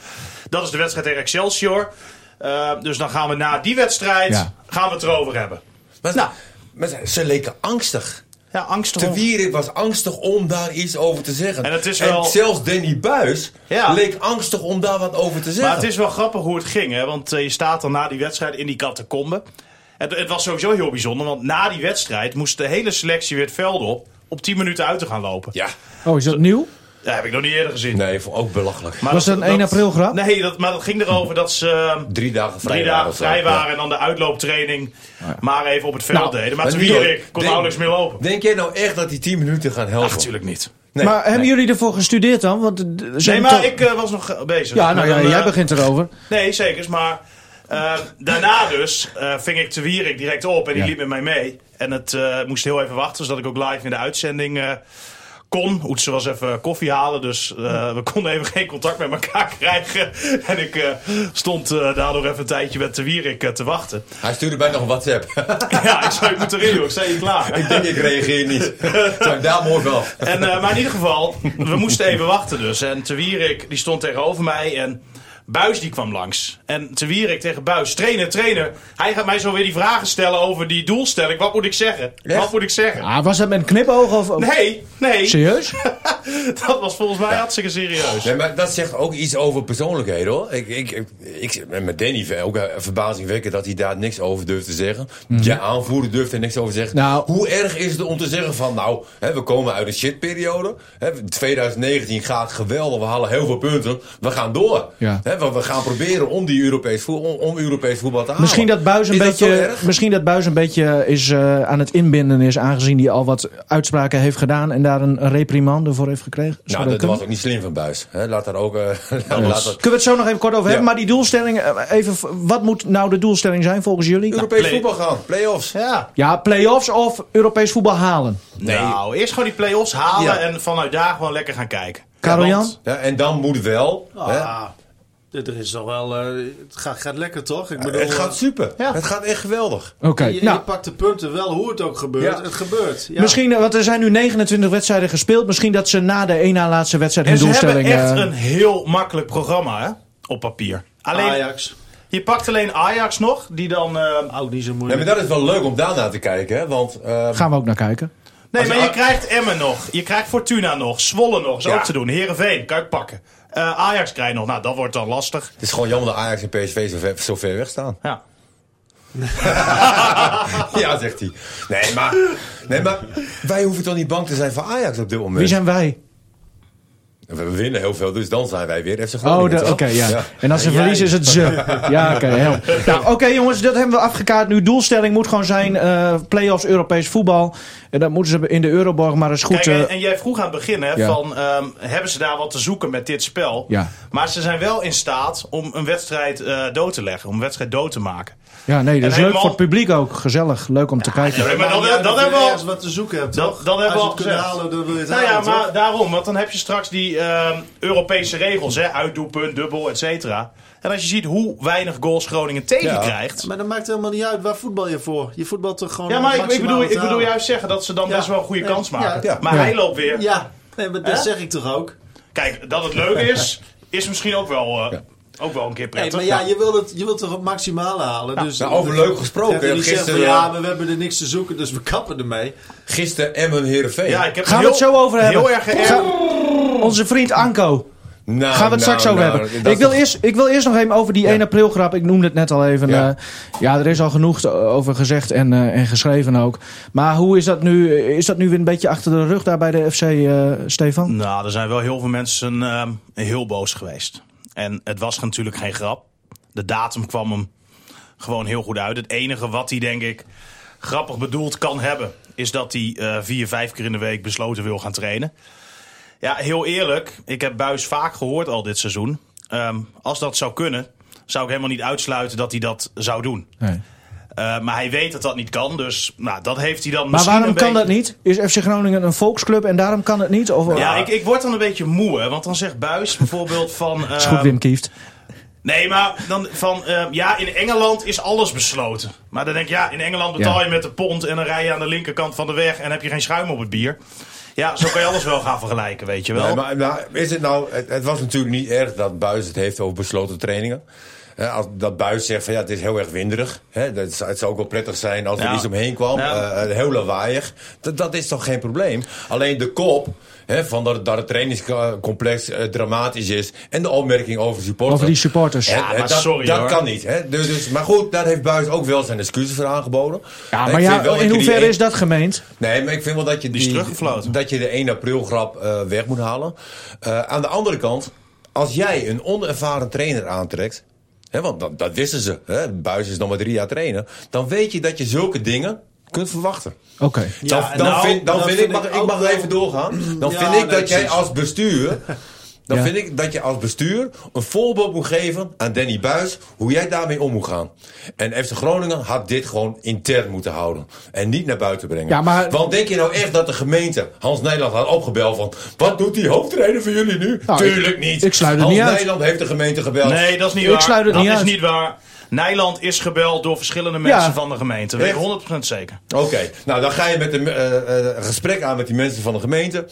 [SPEAKER 2] Dat is de wedstrijd tegen Excelsior. Eh, dus dan gaan we na die wedstrijd
[SPEAKER 1] Ja.
[SPEAKER 2] gaan we het erover hebben.
[SPEAKER 3] maar, ze-
[SPEAKER 2] Nou.
[SPEAKER 3] maar ze, ze leken angstig.
[SPEAKER 2] Ja, angst
[SPEAKER 3] Te
[SPEAKER 2] erom.
[SPEAKER 3] Wierik was angstig om daar iets over te zeggen.
[SPEAKER 2] En het is wel-
[SPEAKER 3] zelfs Danny Buis
[SPEAKER 2] Ja.
[SPEAKER 3] leek angstig om daar wat over te zeggen.
[SPEAKER 2] Maar het is wel grappig hoe het ging, hè? want eh, je staat dan na die wedstrijd in die catacombe. Het, het was sowieso heel bijzonder, want na die wedstrijd moest de hele selectie weer het veld op... om 10 minuten uit te gaan lopen.
[SPEAKER 3] Ja,
[SPEAKER 1] Oh, is dat nieuw?
[SPEAKER 2] Dat heb ik nog niet eerder gezien.
[SPEAKER 3] nee, vond ik ook belachelijk.
[SPEAKER 2] Maar
[SPEAKER 1] Was dat een 1 april grap?
[SPEAKER 2] Nee, dat, maar dat ging erover dat ze... eh,
[SPEAKER 3] drie dagen vrij
[SPEAKER 2] drie dagen
[SPEAKER 3] of zo.
[SPEAKER 2] vrij
[SPEAKER 3] Ja.
[SPEAKER 2] waren en dan de uitlooptraining maar even op het veld
[SPEAKER 1] Nou,
[SPEAKER 2] deden. Maar
[SPEAKER 3] Maar
[SPEAKER 2] toen
[SPEAKER 3] Wierik,
[SPEAKER 2] Wierik kon
[SPEAKER 3] denk-
[SPEAKER 2] nauwelijks meer lopen. Ah,
[SPEAKER 3] Denk jij nou echt dat die 10 minuten gaan helpen?
[SPEAKER 2] Ach, natuurlijk niet.
[SPEAKER 3] Nee,
[SPEAKER 1] maar hebben
[SPEAKER 3] nee.
[SPEAKER 1] jullie ervoor gestudeerd dan? Want, eh, d- ze
[SPEAKER 2] Nee,
[SPEAKER 1] hebben
[SPEAKER 2] maar
[SPEAKER 1] toch-
[SPEAKER 2] ik eh, was nog eh, bezig.
[SPEAKER 1] Ja,
[SPEAKER 2] Maar
[SPEAKER 1] nou ja,
[SPEAKER 2] dan, eh,
[SPEAKER 1] jij begint erover.
[SPEAKER 2] Nee, zeker. Maar eh, daarna dus eh, ving ik te Wierik direct op en die
[SPEAKER 1] Ja.
[SPEAKER 2] liep met mij mee. En het eh, moest heel even wachten, zodat ik ook live in de uitzending eh, kon. Oetse was even koffie halen, dus eh, we konden even geen contact met elkaar krijgen. En ik eh, stond eh, daardoor even een tijdje met te Wierik eh, te wachten.
[SPEAKER 3] Hij stuurde mij nog een WhatsApp.
[SPEAKER 2] ja, ik zei, ik moet erin, joh. Ik zei, je klaar.
[SPEAKER 3] ik denk, ik reageer niet. Zou ik daar mooi wel.
[SPEAKER 2] En, eh, maar in ieder geval, we moesten even wachten dus. En Te Wierik, die stond tegenover mij en Buis die kwam langs. En Te Wierik tegen Buis, trainer, trainer. Hij gaat mij zo weer die vragen stellen over die doelstelling. Wat moet ik zeggen? Wat moet ik zeggen?
[SPEAKER 1] Ah, was dat met een knipoog of... of-
[SPEAKER 2] Nee, nee.
[SPEAKER 1] Serieus?
[SPEAKER 2] Dat was volgens mij hartstikke serieus.
[SPEAKER 3] Nee, maar dat zegt ook iets over persoonlijkheden hoor. Ik, ik, ik, ik- en met Danny ook eh, verbazingwekkend dat hij daar niks over durft te zeggen. Ja, aanvoerder durft er niks over te zeggen.
[SPEAKER 1] Mhm. Nou.
[SPEAKER 3] Hoe erg is het om te zeggen van nou, hè, we komen uit een shitperiode. Hè, 2019 gaat geweldig, we halen heel veel punten. We gaan door.
[SPEAKER 1] Ja.
[SPEAKER 3] Hè, want we gaan proberen om, die Europees voet- om, om Europees voetbal te halen.
[SPEAKER 1] Misschien dat Buis een
[SPEAKER 3] Oh. Is zo
[SPEAKER 1] beetje,
[SPEAKER 3] erg?
[SPEAKER 1] misschien dat Buis een beetje is, eh, aan het inbinden is, aangezien hij al wat uitspraken heeft gedaan en daar een reprimande voor heeft gekregen. Zou
[SPEAKER 3] Nou, dat,
[SPEAKER 1] kunnen?
[SPEAKER 3] was ook niet slim van Buis. Hè, laat daar ook... eh, laat dat,
[SPEAKER 1] Kunnen we het zo nog even kort over hebben?
[SPEAKER 3] Ja.
[SPEAKER 1] Maar die doelstelling, eh, even, v- wat moet nou de doelstelling zijn volgens jullie?
[SPEAKER 3] Europees
[SPEAKER 2] play-
[SPEAKER 3] voetbal gaan, play-offs.
[SPEAKER 2] Ja.
[SPEAKER 1] Ja, play-offs of Europees voetbal halen.
[SPEAKER 2] Nou, eerst gewoon die play-offs halen
[SPEAKER 3] Ja.
[SPEAKER 2] en vanuit daar gewoon lekker gaan kijken.
[SPEAKER 1] Karel-Jan?
[SPEAKER 2] Want-
[SPEAKER 1] Ah.
[SPEAKER 3] Ja, en dan moet wel. hè,
[SPEAKER 4] Ah, Er is al wel, eh, het gaat, gaat lekker toch?
[SPEAKER 2] Eh,
[SPEAKER 4] Ik bedoel, eh,
[SPEAKER 3] Het gaat super.
[SPEAKER 1] eh, Ja.
[SPEAKER 3] Het gaat echt geweldig.
[SPEAKER 1] Oké,
[SPEAKER 4] je,
[SPEAKER 1] nou,
[SPEAKER 4] je pakt de punten wel hoe het ook gebeurt.
[SPEAKER 3] Ja.
[SPEAKER 4] Het gebeurt. Ja.
[SPEAKER 1] misschien, eh, want er zijn nu 29 wedstrijden gespeeld. Misschien dat ze na de één na laatste wedstrijd
[SPEAKER 2] En
[SPEAKER 1] hun
[SPEAKER 2] ze hebben
[SPEAKER 1] doelstelling...
[SPEAKER 2] echt
[SPEAKER 1] eh,
[SPEAKER 2] een heel makkelijk programma, hè? Op papier. Alleen,
[SPEAKER 4] Ajax.
[SPEAKER 2] je pakt alleen Ajax nog, die dan... eh,
[SPEAKER 4] Ook niet zo
[SPEAKER 3] Nee,
[SPEAKER 4] moeilijk.
[SPEAKER 3] maar dat is wel leuk om daarna te kijken. Hè? Want eh,
[SPEAKER 1] Gaan we ook naar kijken.
[SPEAKER 2] Nee,
[SPEAKER 3] Als-
[SPEAKER 2] maar je krijgt Emmen nog. Je krijgt Fortuna nog. Zwolle nog. Is
[SPEAKER 3] Ja.
[SPEAKER 2] ook te doen. Herenveen, kan ik pakken. Eh, Ajax krijg je nog. Nou, dat wordt dan lastig.
[SPEAKER 3] het is gewoon jammer dat Ajax en PSV zo ver, zo ver weg staan.
[SPEAKER 2] Ja.
[SPEAKER 3] ja, zegt hij. Nee maar, nee, maar wij hoeven toch niet bang te zijn voor Ajax op dit moment.
[SPEAKER 1] Wie zijn wij?
[SPEAKER 3] We winnen heel veel, dus dan zijn wij weer FC
[SPEAKER 1] Oh,
[SPEAKER 3] Groningen.
[SPEAKER 1] de-
[SPEAKER 3] toch?
[SPEAKER 1] oké, ja.
[SPEAKER 3] Ja.
[SPEAKER 1] En als ze
[SPEAKER 4] En jij.
[SPEAKER 1] verliezen is het ze. Ja, oké, help. Nou, oké jongens, dat hebben we afgekaart nu. Doelstelling moet gewoon zijn, eh play-offs Europees voetbal. En dat moeten ze in de Euroborg maar eens goed...
[SPEAKER 2] Kijk, en,
[SPEAKER 1] eh,
[SPEAKER 2] en jij vroeg aan het begin, hè,
[SPEAKER 1] ja.
[SPEAKER 2] van, ehm, hebben ze daar wat te zoeken met dit spel?
[SPEAKER 1] Ja.
[SPEAKER 2] Maar ze zijn wel in staat om een wedstrijd eh, dood te leggen. Om een wedstrijd dood te maken.
[SPEAKER 1] ja, nee, dat
[SPEAKER 2] en
[SPEAKER 1] is leuk
[SPEAKER 2] helemaal-
[SPEAKER 1] voor het publiek ook. Gezellig, leuk om te kijken.
[SPEAKER 2] Nee, maar
[SPEAKER 4] Maakt
[SPEAKER 2] dan,
[SPEAKER 4] niet uit
[SPEAKER 2] dan
[SPEAKER 4] of je
[SPEAKER 2] hebben we al...
[SPEAKER 4] ergens wat te zoeken hebt,
[SPEAKER 2] Dan,
[SPEAKER 4] toch?
[SPEAKER 2] dan hebben we
[SPEAKER 4] Als je
[SPEAKER 2] al
[SPEAKER 4] het kunt
[SPEAKER 2] gezegd.
[SPEAKER 4] halen, dan wil je het
[SPEAKER 2] nou ja,
[SPEAKER 4] halen,
[SPEAKER 2] maar
[SPEAKER 4] toch?
[SPEAKER 2] daarom. Want dan heb je straks die ehm, Europese regels. Hè, uitdoelpunt, dubbel, et cetera. En als je ziet hoe weinig goals Groningen tegenkrijgt...
[SPEAKER 4] Maar dat maakt helemaal niet uit. Waar voetbal je voor? Je voetbalt toch gewoon
[SPEAKER 2] Ja,
[SPEAKER 4] om
[SPEAKER 2] maar
[SPEAKER 4] het
[SPEAKER 2] ik, ik, bedoel,
[SPEAKER 4] maximale
[SPEAKER 2] ik
[SPEAKER 4] te
[SPEAKER 2] bedoel
[SPEAKER 4] halen?
[SPEAKER 2] juist zeggen dat ze dan
[SPEAKER 4] Ja.
[SPEAKER 2] best wel een goede
[SPEAKER 4] Ja.
[SPEAKER 2] kans maken.
[SPEAKER 4] Ja.
[SPEAKER 2] Maar
[SPEAKER 1] Ja.
[SPEAKER 2] hij loopt weer.
[SPEAKER 4] Ja, nee, maar dat
[SPEAKER 2] Hè?
[SPEAKER 4] zeg ik toch ook?
[SPEAKER 2] Kijk, dat het leuk is, is misschien ook wel, eh, ook wel een keer
[SPEAKER 4] Nee,
[SPEAKER 2] prettig.
[SPEAKER 4] maar ja, je wilt het, je wilt toch het maximale halen? Dus,
[SPEAKER 3] Nou, over leuk gesproken,
[SPEAKER 4] Dat je niet zegt
[SPEAKER 3] gisteren-
[SPEAKER 4] van, ja, maar we hebben er niks te zoeken, dus we kappen ermee.
[SPEAKER 3] Gisteren Emmen Heerenveen.
[SPEAKER 2] Ja, ik heb
[SPEAKER 1] Gaan we
[SPEAKER 2] heel-
[SPEAKER 1] het zo over hebben?
[SPEAKER 2] Heel erg geërgerd.
[SPEAKER 1] Ga- Onze vriend Anko.
[SPEAKER 3] Nou,
[SPEAKER 1] Gaan we het
[SPEAKER 3] nou,
[SPEAKER 1] straks over
[SPEAKER 3] nou, dat
[SPEAKER 1] hebben. Ik
[SPEAKER 3] is
[SPEAKER 1] wil,
[SPEAKER 3] toch-
[SPEAKER 1] eerst, ik wil eerst nog even over die 1 april grap. Ik noemde het net al even.
[SPEAKER 3] Ja.
[SPEAKER 1] Ja, ja er is al genoeg te- over gezegd en, eh, en geschreven ook. Maar hoe is dat nu? Is dat nu weer een beetje achter de rug daar bij de FC, eh, Stefan?
[SPEAKER 2] Nou, er zijn wel heel veel mensen ehm, heel boos geweest. En het was natuurlijk geen grap. De datum kwam hem gewoon heel goed uit. Het enige wat hij, denk ik, grappig bedoeld kan hebben... is dat hij eh, vier, vijf keer in de week besloten wil gaan trainen. Ja, heel eerlijk, ik heb Buis vaak gehoord al dit seizoen. Ehm, als dat zou kunnen, zou ik helemaal niet uitsluiten dat hij dat zou doen.
[SPEAKER 1] Nee.
[SPEAKER 2] Eh, maar hij weet dat dat niet kan, dus nou, dat heeft hij dan
[SPEAKER 1] Maar
[SPEAKER 2] misschien
[SPEAKER 1] waarom
[SPEAKER 2] een
[SPEAKER 1] kan
[SPEAKER 2] beetje...
[SPEAKER 1] dat niet? Is FC Groningen een volksclub en daarom kan het niet? Of, Ah,
[SPEAKER 2] Ja, ik, ik word dan een beetje moe, hè, want dan zegt Buis bijvoorbeeld van...
[SPEAKER 1] is goed,
[SPEAKER 2] ehm,
[SPEAKER 1] Wim Kieft.
[SPEAKER 2] Nee, maar dan van, ehm, ja, in Engeland is alles besloten. Maar dan denk je, ja, in Engeland betaal
[SPEAKER 1] Ja.
[SPEAKER 2] je met de pond en dan rij je aan de linkerkant van de weg en heb je geen schuim op het bier. Ja, zo kan je alles wel gaan vergelijken, weet je wel.
[SPEAKER 3] Nee, maar, maar is het nou, het, het was natuurlijk niet erg dat Buis het heeft over besloten trainingen. Hè, als dat Buis zegt van ja, het is heel erg winderig. Hè, dat, zou- het zou ook wel prettig zijn als er
[SPEAKER 2] Ja.
[SPEAKER 3] iets omheen kwam.
[SPEAKER 2] Ja.
[SPEAKER 3] eh, eh, heel lawaaiig. Dat, dat is toch geen probleem. Alleen de kop hè, van dat, dat het trainingscomplex eh, dramatisch is. En de opmerking over supporters.
[SPEAKER 1] Over die supporters.
[SPEAKER 3] Hè,
[SPEAKER 1] Ja,
[SPEAKER 3] hè,
[SPEAKER 2] maar
[SPEAKER 3] dat,
[SPEAKER 2] sorry,
[SPEAKER 3] dat
[SPEAKER 2] hoor.
[SPEAKER 3] kan niet. Hè. Dus, dus, maar goed, daar heeft Buis ook wel zijn excuses voor aangeboden.
[SPEAKER 1] Ja,
[SPEAKER 3] Ik
[SPEAKER 1] maar
[SPEAKER 3] vind
[SPEAKER 1] ja,
[SPEAKER 3] wel dat
[SPEAKER 1] in
[SPEAKER 3] je die
[SPEAKER 1] hoeverre
[SPEAKER 3] een-
[SPEAKER 1] is dat gemeend?
[SPEAKER 3] Nee, maar ik vind wel dat je,
[SPEAKER 2] Die is teruggefloten.
[SPEAKER 3] dat je de 1 april grap eh, weg moet halen. Eh, aan de andere kant, als jij een onervaren trainer aantrekt. Hè, want dat, dat wisten ze. Hè, Buis is nog maar drie jaar trainen. Dan weet je dat je zulke dingen kunt verwachten.
[SPEAKER 1] Oké.
[SPEAKER 3] Dan,
[SPEAKER 4] Ja,
[SPEAKER 3] dan
[SPEAKER 4] nou,
[SPEAKER 3] vind, dan
[SPEAKER 4] dat
[SPEAKER 3] vind
[SPEAKER 4] vind
[SPEAKER 3] ik, mag,
[SPEAKER 4] ik
[SPEAKER 3] ik
[SPEAKER 4] ook
[SPEAKER 3] mag
[SPEAKER 4] wel- Mm,
[SPEAKER 3] even doorgaan. Dan
[SPEAKER 4] Ja,
[SPEAKER 3] vind ik
[SPEAKER 4] nee,
[SPEAKER 3] dat jij
[SPEAKER 4] precies.
[SPEAKER 3] als bestuur. Dan
[SPEAKER 1] Ja.
[SPEAKER 3] vind ik dat je als bestuur een voorbeeld moet geven aan Danny Buis hoe jij daarmee om moet gaan. En FC Groningen had dit gewoon intern moeten houden. En niet naar buiten brengen.
[SPEAKER 1] Ja, maar-
[SPEAKER 3] Want denk je nou echt dat de gemeente Hans Nijland had opgebeld van. Wat doet die hoofdtrainer van jullie nu?
[SPEAKER 1] Nou, ik-
[SPEAKER 3] Tuurlijk niet.
[SPEAKER 1] ik sluit het
[SPEAKER 3] Hans
[SPEAKER 1] niet uit.
[SPEAKER 3] Nijland heeft de gemeente gebeld.
[SPEAKER 2] nee, dat is niet
[SPEAKER 1] Ik
[SPEAKER 2] waar.
[SPEAKER 1] sluit het
[SPEAKER 2] dat
[SPEAKER 1] niet
[SPEAKER 2] is
[SPEAKER 1] uit.
[SPEAKER 2] niet waar. Nijland is gebeld door verschillende mensen
[SPEAKER 1] Ja.
[SPEAKER 2] van de gemeente. Weet ik
[SPEAKER 3] Echt?
[SPEAKER 2] 100% zeker.
[SPEAKER 3] Oké, nou dan ga je met een eh, eh, gesprek aan met die mensen van de gemeente.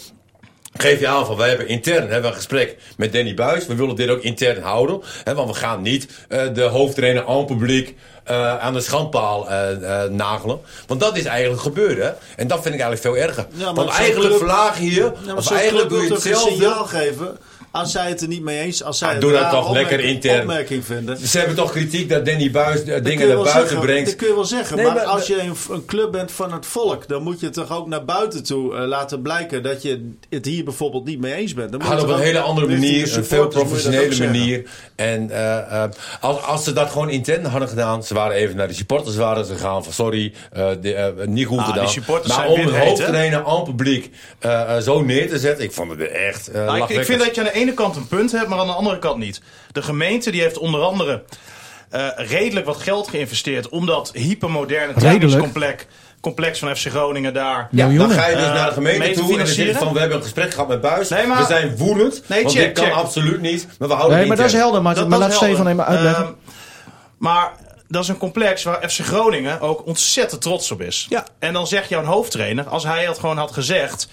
[SPEAKER 3] Geef je aan van, wij hebben intern hebben we een gesprek met Danny Buis. We willen dit ook intern houden. Hè, want we gaan niet eh, de hoofdtrainer aan publiek eh, aan de schandpaal eh, eh, nagelen. Want dat is eigenlijk gebeurd. Hè? En dat vind ik eigenlijk veel erger.
[SPEAKER 4] Ja, maar
[SPEAKER 3] want
[SPEAKER 4] zo'n
[SPEAKER 3] eigenlijk
[SPEAKER 4] club-
[SPEAKER 3] verlaag je je.
[SPEAKER 4] Ja, maar
[SPEAKER 3] of
[SPEAKER 4] zo'n
[SPEAKER 3] eigenlijk
[SPEAKER 4] club
[SPEAKER 3] doe
[SPEAKER 4] wil
[SPEAKER 3] je
[SPEAKER 4] toch een
[SPEAKER 3] hetzelfde.
[SPEAKER 4] signaal geven als zij het er niet mee eens als zij
[SPEAKER 3] Ja,
[SPEAKER 4] het
[SPEAKER 3] doe dat
[SPEAKER 4] raar
[SPEAKER 3] toch lekker
[SPEAKER 4] opmerking-
[SPEAKER 3] intern.
[SPEAKER 4] opmerking vinden.
[SPEAKER 3] Ze hebben toch kritiek dat Danny Buis eh,
[SPEAKER 4] Dat kun
[SPEAKER 3] dingen
[SPEAKER 4] je
[SPEAKER 3] naar
[SPEAKER 4] wel
[SPEAKER 3] buiten
[SPEAKER 4] zeggen,
[SPEAKER 3] brengt.
[SPEAKER 4] Dat kun je wel zeggen,
[SPEAKER 3] Nee,
[SPEAKER 4] maar,
[SPEAKER 3] maar-
[SPEAKER 4] als je een, een club bent van het volk, dan moet je toch ook naar buiten toe eh, laten blijken dat je het hier bijvoorbeeld niet mee eens bent. Dan moet
[SPEAKER 3] Had
[SPEAKER 4] je
[SPEAKER 3] op
[SPEAKER 4] toch
[SPEAKER 3] een
[SPEAKER 4] ook
[SPEAKER 3] hele andere
[SPEAKER 4] richting de
[SPEAKER 3] manier, een veel
[SPEAKER 4] supporters moet je dat ook
[SPEAKER 3] professionele
[SPEAKER 4] zeggen.
[SPEAKER 3] manier. En eh, eh, als, als ze dat gewoon intern hadden gedaan, ze waren even naar de supporters waren ze gegaan van sorry, eh, de, eh, niet goed
[SPEAKER 2] Ah, die
[SPEAKER 3] gedaan.
[SPEAKER 2] supporters
[SPEAKER 3] maar
[SPEAKER 2] zijn
[SPEAKER 3] om een
[SPEAKER 2] windheet, hè?
[SPEAKER 3] hoofdtrainer aan het publiek eh, eh, zo neer te zetten, ik vond het echt eh
[SPEAKER 2] Nou, ik, ik
[SPEAKER 3] lachwekkend.
[SPEAKER 2] vind dat je aan de ene kant een punt hebt, maar aan de andere kant niet. De gemeente die heeft onder andere eh, redelijk wat geld geïnvesteerd om dat hypermoderne
[SPEAKER 1] Redelijk?
[SPEAKER 2] trainingscomplex complex, complex van FC Groningen daar.
[SPEAKER 1] Ja,
[SPEAKER 3] Dan ga
[SPEAKER 1] miljoenen.
[SPEAKER 3] je dus
[SPEAKER 2] Eh,
[SPEAKER 3] naar de gemeente
[SPEAKER 2] mee te
[SPEAKER 3] toe en dan zeg je
[SPEAKER 2] financieren?
[SPEAKER 3] van we hebben een gesprek gehad met Buis.
[SPEAKER 2] Nee, maar-
[SPEAKER 3] we zijn woedend,
[SPEAKER 2] Nee,
[SPEAKER 3] want
[SPEAKER 2] check,
[SPEAKER 3] dit kan
[SPEAKER 2] check.
[SPEAKER 3] absoluut niet. Maar we houden
[SPEAKER 1] Nee, maar
[SPEAKER 3] het
[SPEAKER 1] dat is
[SPEAKER 3] intern.
[SPEAKER 1] helder. Maar,
[SPEAKER 2] Dat-
[SPEAKER 1] maar
[SPEAKER 2] dat
[SPEAKER 1] laat
[SPEAKER 2] is
[SPEAKER 1] Stefan even
[SPEAKER 2] helder.
[SPEAKER 1] uitleggen.
[SPEAKER 2] Ehm, maar dat is een complex waar FC Groningen ook ontzettend trots op is.
[SPEAKER 3] Ja.
[SPEAKER 2] En dan zegt jouw hoofdtrainer, als hij het gewoon had gezegd...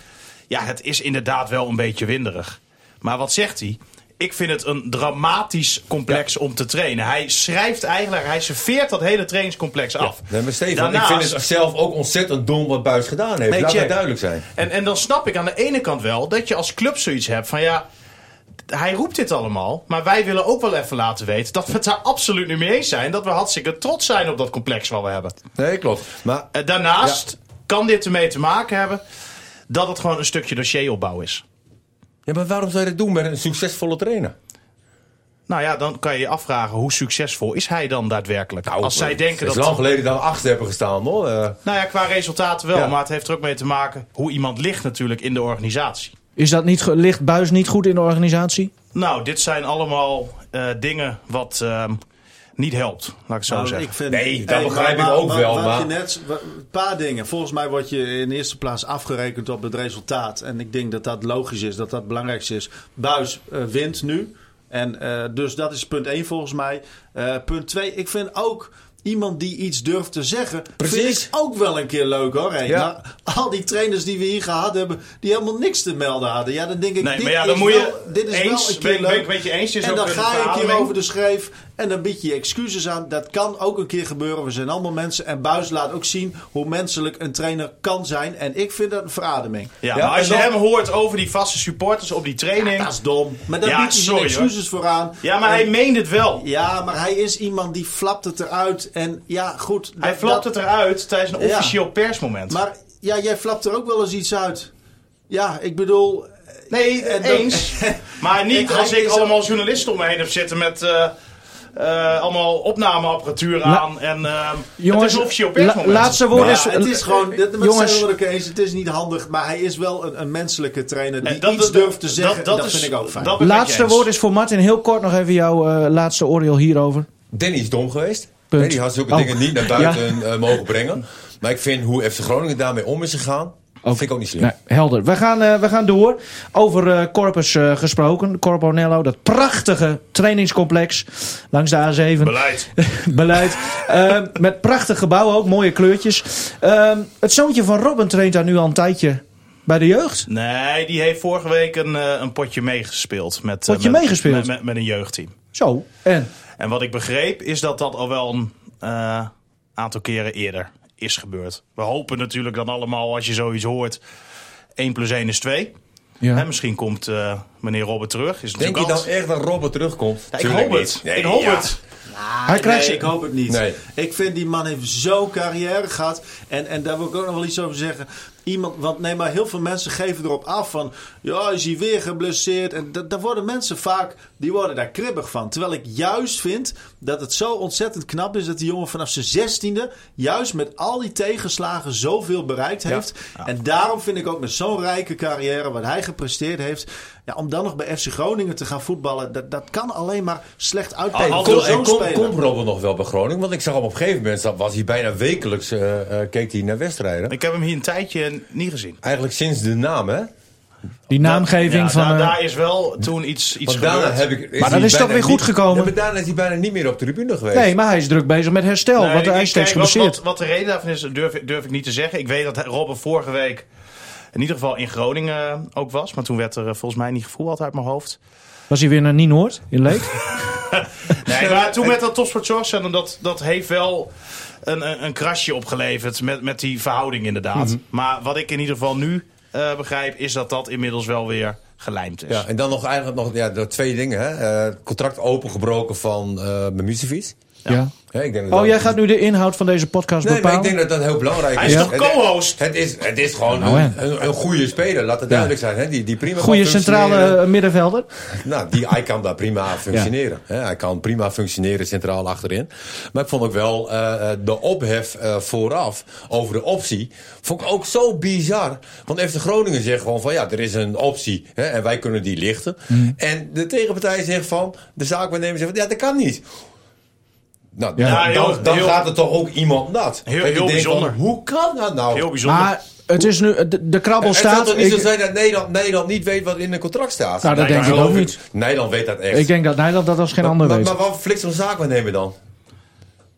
[SPEAKER 2] Ja, het is inderdaad wel een beetje winderig. Maar wat zegt hij? Ik vind het een dramatisch complex om te trainen. Hij schrijft eigenlijk, hij serveert dat hele trainingscomplex af.
[SPEAKER 3] Nee, maar Stefan, ik
[SPEAKER 2] Daarnaast-
[SPEAKER 3] vind het zelf ook ontzettend dom wat Buis gedaan heeft.
[SPEAKER 2] Nee,
[SPEAKER 3] Laat
[SPEAKER 2] check.
[SPEAKER 3] dat duidelijk zijn.
[SPEAKER 2] En, en dan snap ik aan de ene kant wel dat je als club zoiets hebt van ja. Hij roept dit allemaal, maar wij willen ook wel even laten weten dat we het daar absoluut niet mee eens zijn. Dat we hartstikke trots zijn op dat complex wat we hebben.
[SPEAKER 3] Nee, klopt. Maar
[SPEAKER 2] Eh, Daarnaast kan dit ermee te maken hebben dat het gewoon een stukje dossieropbouw is.
[SPEAKER 3] Ja, maar waarom zou je dat doen met een succesvolle trainer?
[SPEAKER 2] Nou ja, dan kan je je afvragen hoe succesvol is hij dan daadwerkelijk? als zij denken
[SPEAKER 3] Nou, eh, Het
[SPEAKER 2] dat.
[SPEAKER 3] is lang geleden dat we achter hebben gestaan, hoor. Eh,
[SPEAKER 2] Nou ja, qua resultaten wel,
[SPEAKER 3] Ja.
[SPEAKER 2] maar het heeft er ook mee te maken hoe iemand ligt natuurlijk in de organisatie.
[SPEAKER 1] Is dat niet, ge- ligt Buis niet goed in de organisatie?
[SPEAKER 2] Nou, dit zijn allemaal eh, dingen wat ehm, niet helpt, laat ik het zo
[SPEAKER 4] Nou,
[SPEAKER 2] zeggen.
[SPEAKER 4] ik vind-
[SPEAKER 3] Nee, dat begrijp
[SPEAKER 4] maar-
[SPEAKER 3] ik ook
[SPEAKER 4] maar-
[SPEAKER 3] wel,
[SPEAKER 4] wat
[SPEAKER 3] maar-
[SPEAKER 4] je net, wa- een paar dingen. Volgens mij word je in eerste plaats afgerekend op het resultaat. En ik denk dat dat logisch is, dat dat het belangrijkste is. Buis eh, wint nu. En, eh, dus dat is punt 1 volgens mij. Eh, punt 2, ik vind ook iemand die iets durft te zeggen. Vind
[SPEAKER 3] Precies.
[SPEAKER 4] ik ook wel een keer leuk hoor. Hey,
[SPEAKER 3] Ja.
[SPEAKER 4] nou, al die trainers die we hier gehad hebben, die helemaal niks te melden hadden. Ja, dan denk ik,
[SPEAKER 2] Nee,
[SPEAKER 4] dit,
[SPEAKER 2] maar ja,
[SPEAKER 4] is
[SPEAKER 2] dan moet je
[SPEAKER 4] wel, dit is
[SPEAKER 2] eens,
[SPEAKER 4] wel een keer
[SPEAKER 2] ben ik- ben
[SPEAKER 4] leuk.
[SPEAKER 2] ik met je eens, dit is
[SPEAKER 4] en
[SPEAKER 2] ook
[SPEAKER 4] dan
[SPEAKER 2] een
[SPEAKER 4] ga je een keer
[SPEAKER 2] verademing.
[SPEAKER 4] over de schreef en dan bied je je excuses aan. Dat kan ook een keer gebeuren. We zijn allemaal mensen. En Buis laat ook zien hoe menselijk een trainer kan zijn. En ik vind dat een verademing.
[SPEAKER 2] ja,
[SPEAKER 3] Ja,
[SPEAKER 2] maar als je
[SPEAKER 3] en dan-
[SPEAKER 2] hem hoort over die vaste supporters op die training. Ja,
[SPEAKER 4] Dat is dom. Maar daar
[SPEAKER 2] Ja,
[SPEAKER 4] biedt hij zijn
[SPEAKER 2] sorry, hoor.
[SPEAKER 4] excuses voor aan.
[SPEAKER 2] maar
[SPEAKER 4] En-
[SPEAKER 2] hij meent het wel.
[SPEAKER 4] Ja, maar hij is iemand die flapt het eruit. En ja, goed.
[SPEAKER 2] hij
[SPEAKER 4] dat-
[SPEAKER 2] flapt
[SPEAKER 4] dat-
[SPEAKER 2] het eruit tijdens een
[SPEAKER 4] Ja.
[SPEAKER 2] officieel persmoment.
[SPEAKER 4] Maar ja, jij flapt er ook wel eens iets uit. Ja, ik bedoel...
[SPEAKER 2] nee,
[SPEAKER 4] en eh, dat-
[SPEAKER 2] eens. maar niet
[SPEAKER 4] En
[SPEAKER 2] als
[SPEAKER 4] hij
[SPEAKER 2] ik
[SPEAKER 4] is
[SPEAKER 2] allemaal journalisten om me heen heb zitten met... eh, eh, allemaal opnameapparatuur aan en ehm, het is een officieel persmoment.
[SPEAKER 1] la- laatste woord
[SPEAKER 4] Nou,
[SPEAKER 1] is...
[SPEAKER 4] het is gewoon, dit- met
[SPEAKER 1] jongens.
[SPEAKER 4] jongens, eens, het is niet handig, maar hij is wel een, een menselijke trainer die
[SPEAKER 2] En dat-
[SPEAKER 4] iets
[SPEAKER 2] dat-
[SPEAKER 4] durft te
[SPEAKER 2] dat-
[SPEAKER 4] zeggen. en Dat,
[SPEAKER 2] dat is-
[SPEAKER 4] vind ik ook fijn.
[SPEAKER 2] dat- ben ik met je
[SPEAKER 1] Laatste
[SPEAKER 2] eens.
[SPEAKER 1] woord is voor Martin. Heel kort nog even jouw eh, laatste oordeel hierover.
[SPEAKER 3] Danny is dom geweest.
[SPEAKER 1] Punt.
[SPEAKER 3] Danny had zulke
[SPEAKER 1] Oh.
[SPEAKER 3] dingen niet naar buiten eh, mogen brengen. Maar ik vind hoe FC Groningen daarmee om is gegaan, vind ik ook niet slim.
[SPEAKER 1] Nee, helder. We gaan, eh, we gaan door. Over eh, Corpus eh, gesproken. Corponello, dat prachtige trainingscomplex langs de A7.
[SPEAKER 2] Beleid.
[SPEAKER 1] Beleid. Ehm, met prachtig gebouw ook, mooie kleurtjes. Ehm, het zoontje van Robin traint daar nu al een tijdje bij de jeugd.
[SPEAKER 2] Nee, die heeft vorige week een, eh, een potje meegespeeld. Met, eh,
[SPEAKER 1] Potje
[SPEAKER 2] met,
[SPEAKER 1] meegespeeld?
[SPEAKER 2] Met, met, met een jeugdteam.
[SPEAKER 1] Zo, en?
[SPEAKER 2] En wat ik begreep is dat dat al wel een eh, aantal keren eerder is gebeurd. We hopen natuurlijk dan allemaal, als je zoiets hoort, 1 plus 1 is 2. En misschien komt eh, meneer Robert terug. Is
[SPEAKER 3] Denk
[SPEAKER 2] natuurlijk
[SPEAKER 3] je dan
[SPEAKER 2] altijd-
[SPEAKER 3] echt dat Robert terugkomt?
[SPEAKER 2] Ja, ik
[SPEAKER 3] Tuurlijk
[SPEAKER 2] hoop het.
[SPEAKER 3] niet. Nee,
[SPEAKER 2] ik hoop
[SPEAKER 3] ja.
[SPEAKER 2] het.
[SPEAKER 1] Hij krijgt
[SPEAKER 4] nee,
[SPEAKER 1] ze-
[SPEAKER 4] ik hoop het niet.
[SPEAKER 3] Ah, Nee.
[SPEAKER 4] Ik vind die man heeft zo'n carrière gehad. En, en daar wil ik ook nog wel iets over zeggen. Iemand, want nee, maar heel veel mensen geven erop af van... Ja, is hij weer geblesseerd? En da- daar worden mensen vaak... Die worden daar kribbig van. Terwijl ik juist vind dat het zo ontzettend knap is... dat die jongen vanaf zijn zestiende... juist met al die tegenslagen zoveel bereikt heeft. En daarom vind ik ook met zo'n rijke carrière... wat hij gepresteerd heeft... Ja, om dan nog bij FC Groningen te gaan voetballen... dat, dat kan alleen maar slecht uitpakken.
[SPEAKER 2] Al- al-
[SPEAKER 4] Voor
[SPEAKER 3] Kom,
[SPEAKER 2] Wil
[SPEAKER 4] zo'n
[SPEAKER 3] en kom,
[SPEAKER 4] speler.
[SPEAKER 3] komt Robert nog wel bij Groningen? Want ik zag hem op een gegeven moment, dat was hij bijna wekelijks, eh, eh, keek hij naar wedstrijden.
[SPEAKER 2] Ik heb hem hier een tijdje niet gezien.
[SPEAKER 3] Eigenlijk sinds de naam, hè?
[SPEAKER 1] Die naamgeving
[SPEAKER 2] Ja,
[SPEAKER 1] van...
[SPEAKER 2] daar,
[SPEAKER 1] eh,
[SPEAKER 2] daar is wel toen iets, iets
[SPEAKER 3] Want daarna
[SPEAKER 2] gebeurd.
[SPEAKER 3] heb ik,
[SPEAKER 1] Maar
[SPEAKER 3] hij
[SPEAKER 1] dat is toch
[SPEAKER 3] bijna
[SPEAKER 1] weer goed
[SPEAKER 3] niet-
[SPEAKER 1] gekomen?
[SPEAKER 3] Ja, maar daarna is hij bijna niet meer op tribune geweest.
[SPEAKER 1] nee, maar hij is druk bezig met herstel.
[SPEAKER 2] Nee,
[SPEAKER 1] want
[SPEAKER 2] ik-
[SPEAKER 1] hij
[SPEAKER 2] ik-
[SPEAKER 1] is steeds
[SPEAKER 2] kijk, Oh, wat-
[SPEAKER 1] geblesseerd.
[SPEAKER 2] Wat, wat de reden daarvan is, durf, ik- durf ik niet te zeggen. Ik weet dat hij- Robben vorige week in ieder geval in Groningen eh, ook was. Maar toen werd er eh, volgens mij niet gevoeld uit mijn hoofd.
[SPEAKER 1] Was hij weer naar Nienoord in Leek?
[SPEAKER 2] Nee, maar toen met dat Topsport Zorgcentrum, dat, dat heeft wel een, een, een krasje opgeleverd met, met die verhouding inderdaad. Maar wat ik in ieder geval nu eh, begrijp, is dat dat inmiddels wel weer gelijmd is.
[SPEAKER 3] Ja, en dan nog eigenlijk nog ja, dat twee dingen. Hè. Eh, het contract opengebroken van eh Mimicevic.
[SPEAKER 1] ja.
[SPEAKER 3] Hè, ik denk dat
[SPEAKER 1] Oh,
[SPEAKER 3] dat-
[SPEAKER 1] jij gaat nu de inhoud van deze podcast
[SPEAKER 3] Nee, maar
[SPEAKER 1] bepalen?
[SPEAKER 3] ik denk dat dat heel belangrijk
[SPEAKER 2] Hij
[SPEAKER 3] is.
[SPEAKER 2] is toch
[SPEAKER 3] Het-
[SPEAKER 2] co-host?
[SPEAKER 3] Het is, het is gewoon
[SPEAKER 1] Nou, hè.
[SPEAKER 3] een, een, een goede speler, laat het duidelijk zijn. Hè? Die, die prima kan
[SPEAKER 1] Goede centrale
[SPEAKER 3] functioneren.
[SPEAKER 1] eh, middenvelder.
[SPEAKER 3] Nou, die, hij kan daar prima functioneren. Hè? Hij kan prima functioneren centraal achterin. Maar ik vond ook wel eh, eh, de ophef eh, vooraf over de optie. Vond ik ook zo bizar. Want FC Groningen zegt gewoon van ja, er is een optie. Hè? En wij kunnen die
[SPEAKER 2] Mm.
[SPEAKER 3] lichten. En de tegenpartij zegt van, de zaakwaarnemer zegt van ja, dat kan niet. Nou,
[SPEAKER 1] Ja.
[SPEAKER 3] dan,
[SPEAKER 2] Ja, heel-
[SPEAKER 3] dan- dan
[SPEAKER 2] heel-
[SPEAKER 3] gaat er toch ook iemand nat.
[SPEAKER 2] Heel-
[SPEAKER 3] Dat je
[SPEAKER 2] heel
[SPEAKER 3] denkt van,
[SPEAKER 2] bijzonder.
[SPEAKER 3] hoe kan dat nou?
[SPEAKER 2] Heel bijzonder.
[SPEAKER 1] Maar het is nu, de, de krabbel
[SPEAKER 3] het zou
[SPEAKER 1] staat.
[SPEAKER 3] toch niet zo
[SPEAKER 1] ik-
[SPEAKER 3] zijn dat Nederland, Nederland niet weet wat in een contract staat?
[SPEAKER 1] Nou, dat
[SPEAKER 2] Nee,
[SPEAKER 1] denk
[SPEAKER 2] maar
[SPEAKER 1] ik ook
[SPEAKER 2] geloof
[SPEAKER 1] niet.
[SPEAKER 3] Nederland weet dat echt.
[SPEAKER 1] Ik denk dat Nederland dat als geen
[SPEAKER 3] maar,
[SPEAKER 1] ander
[SPEAKER 3] maar,
[SPEAKER 1] weet.
[SPEAKER 3] maar wat flikt zo'n zaak nemen dan?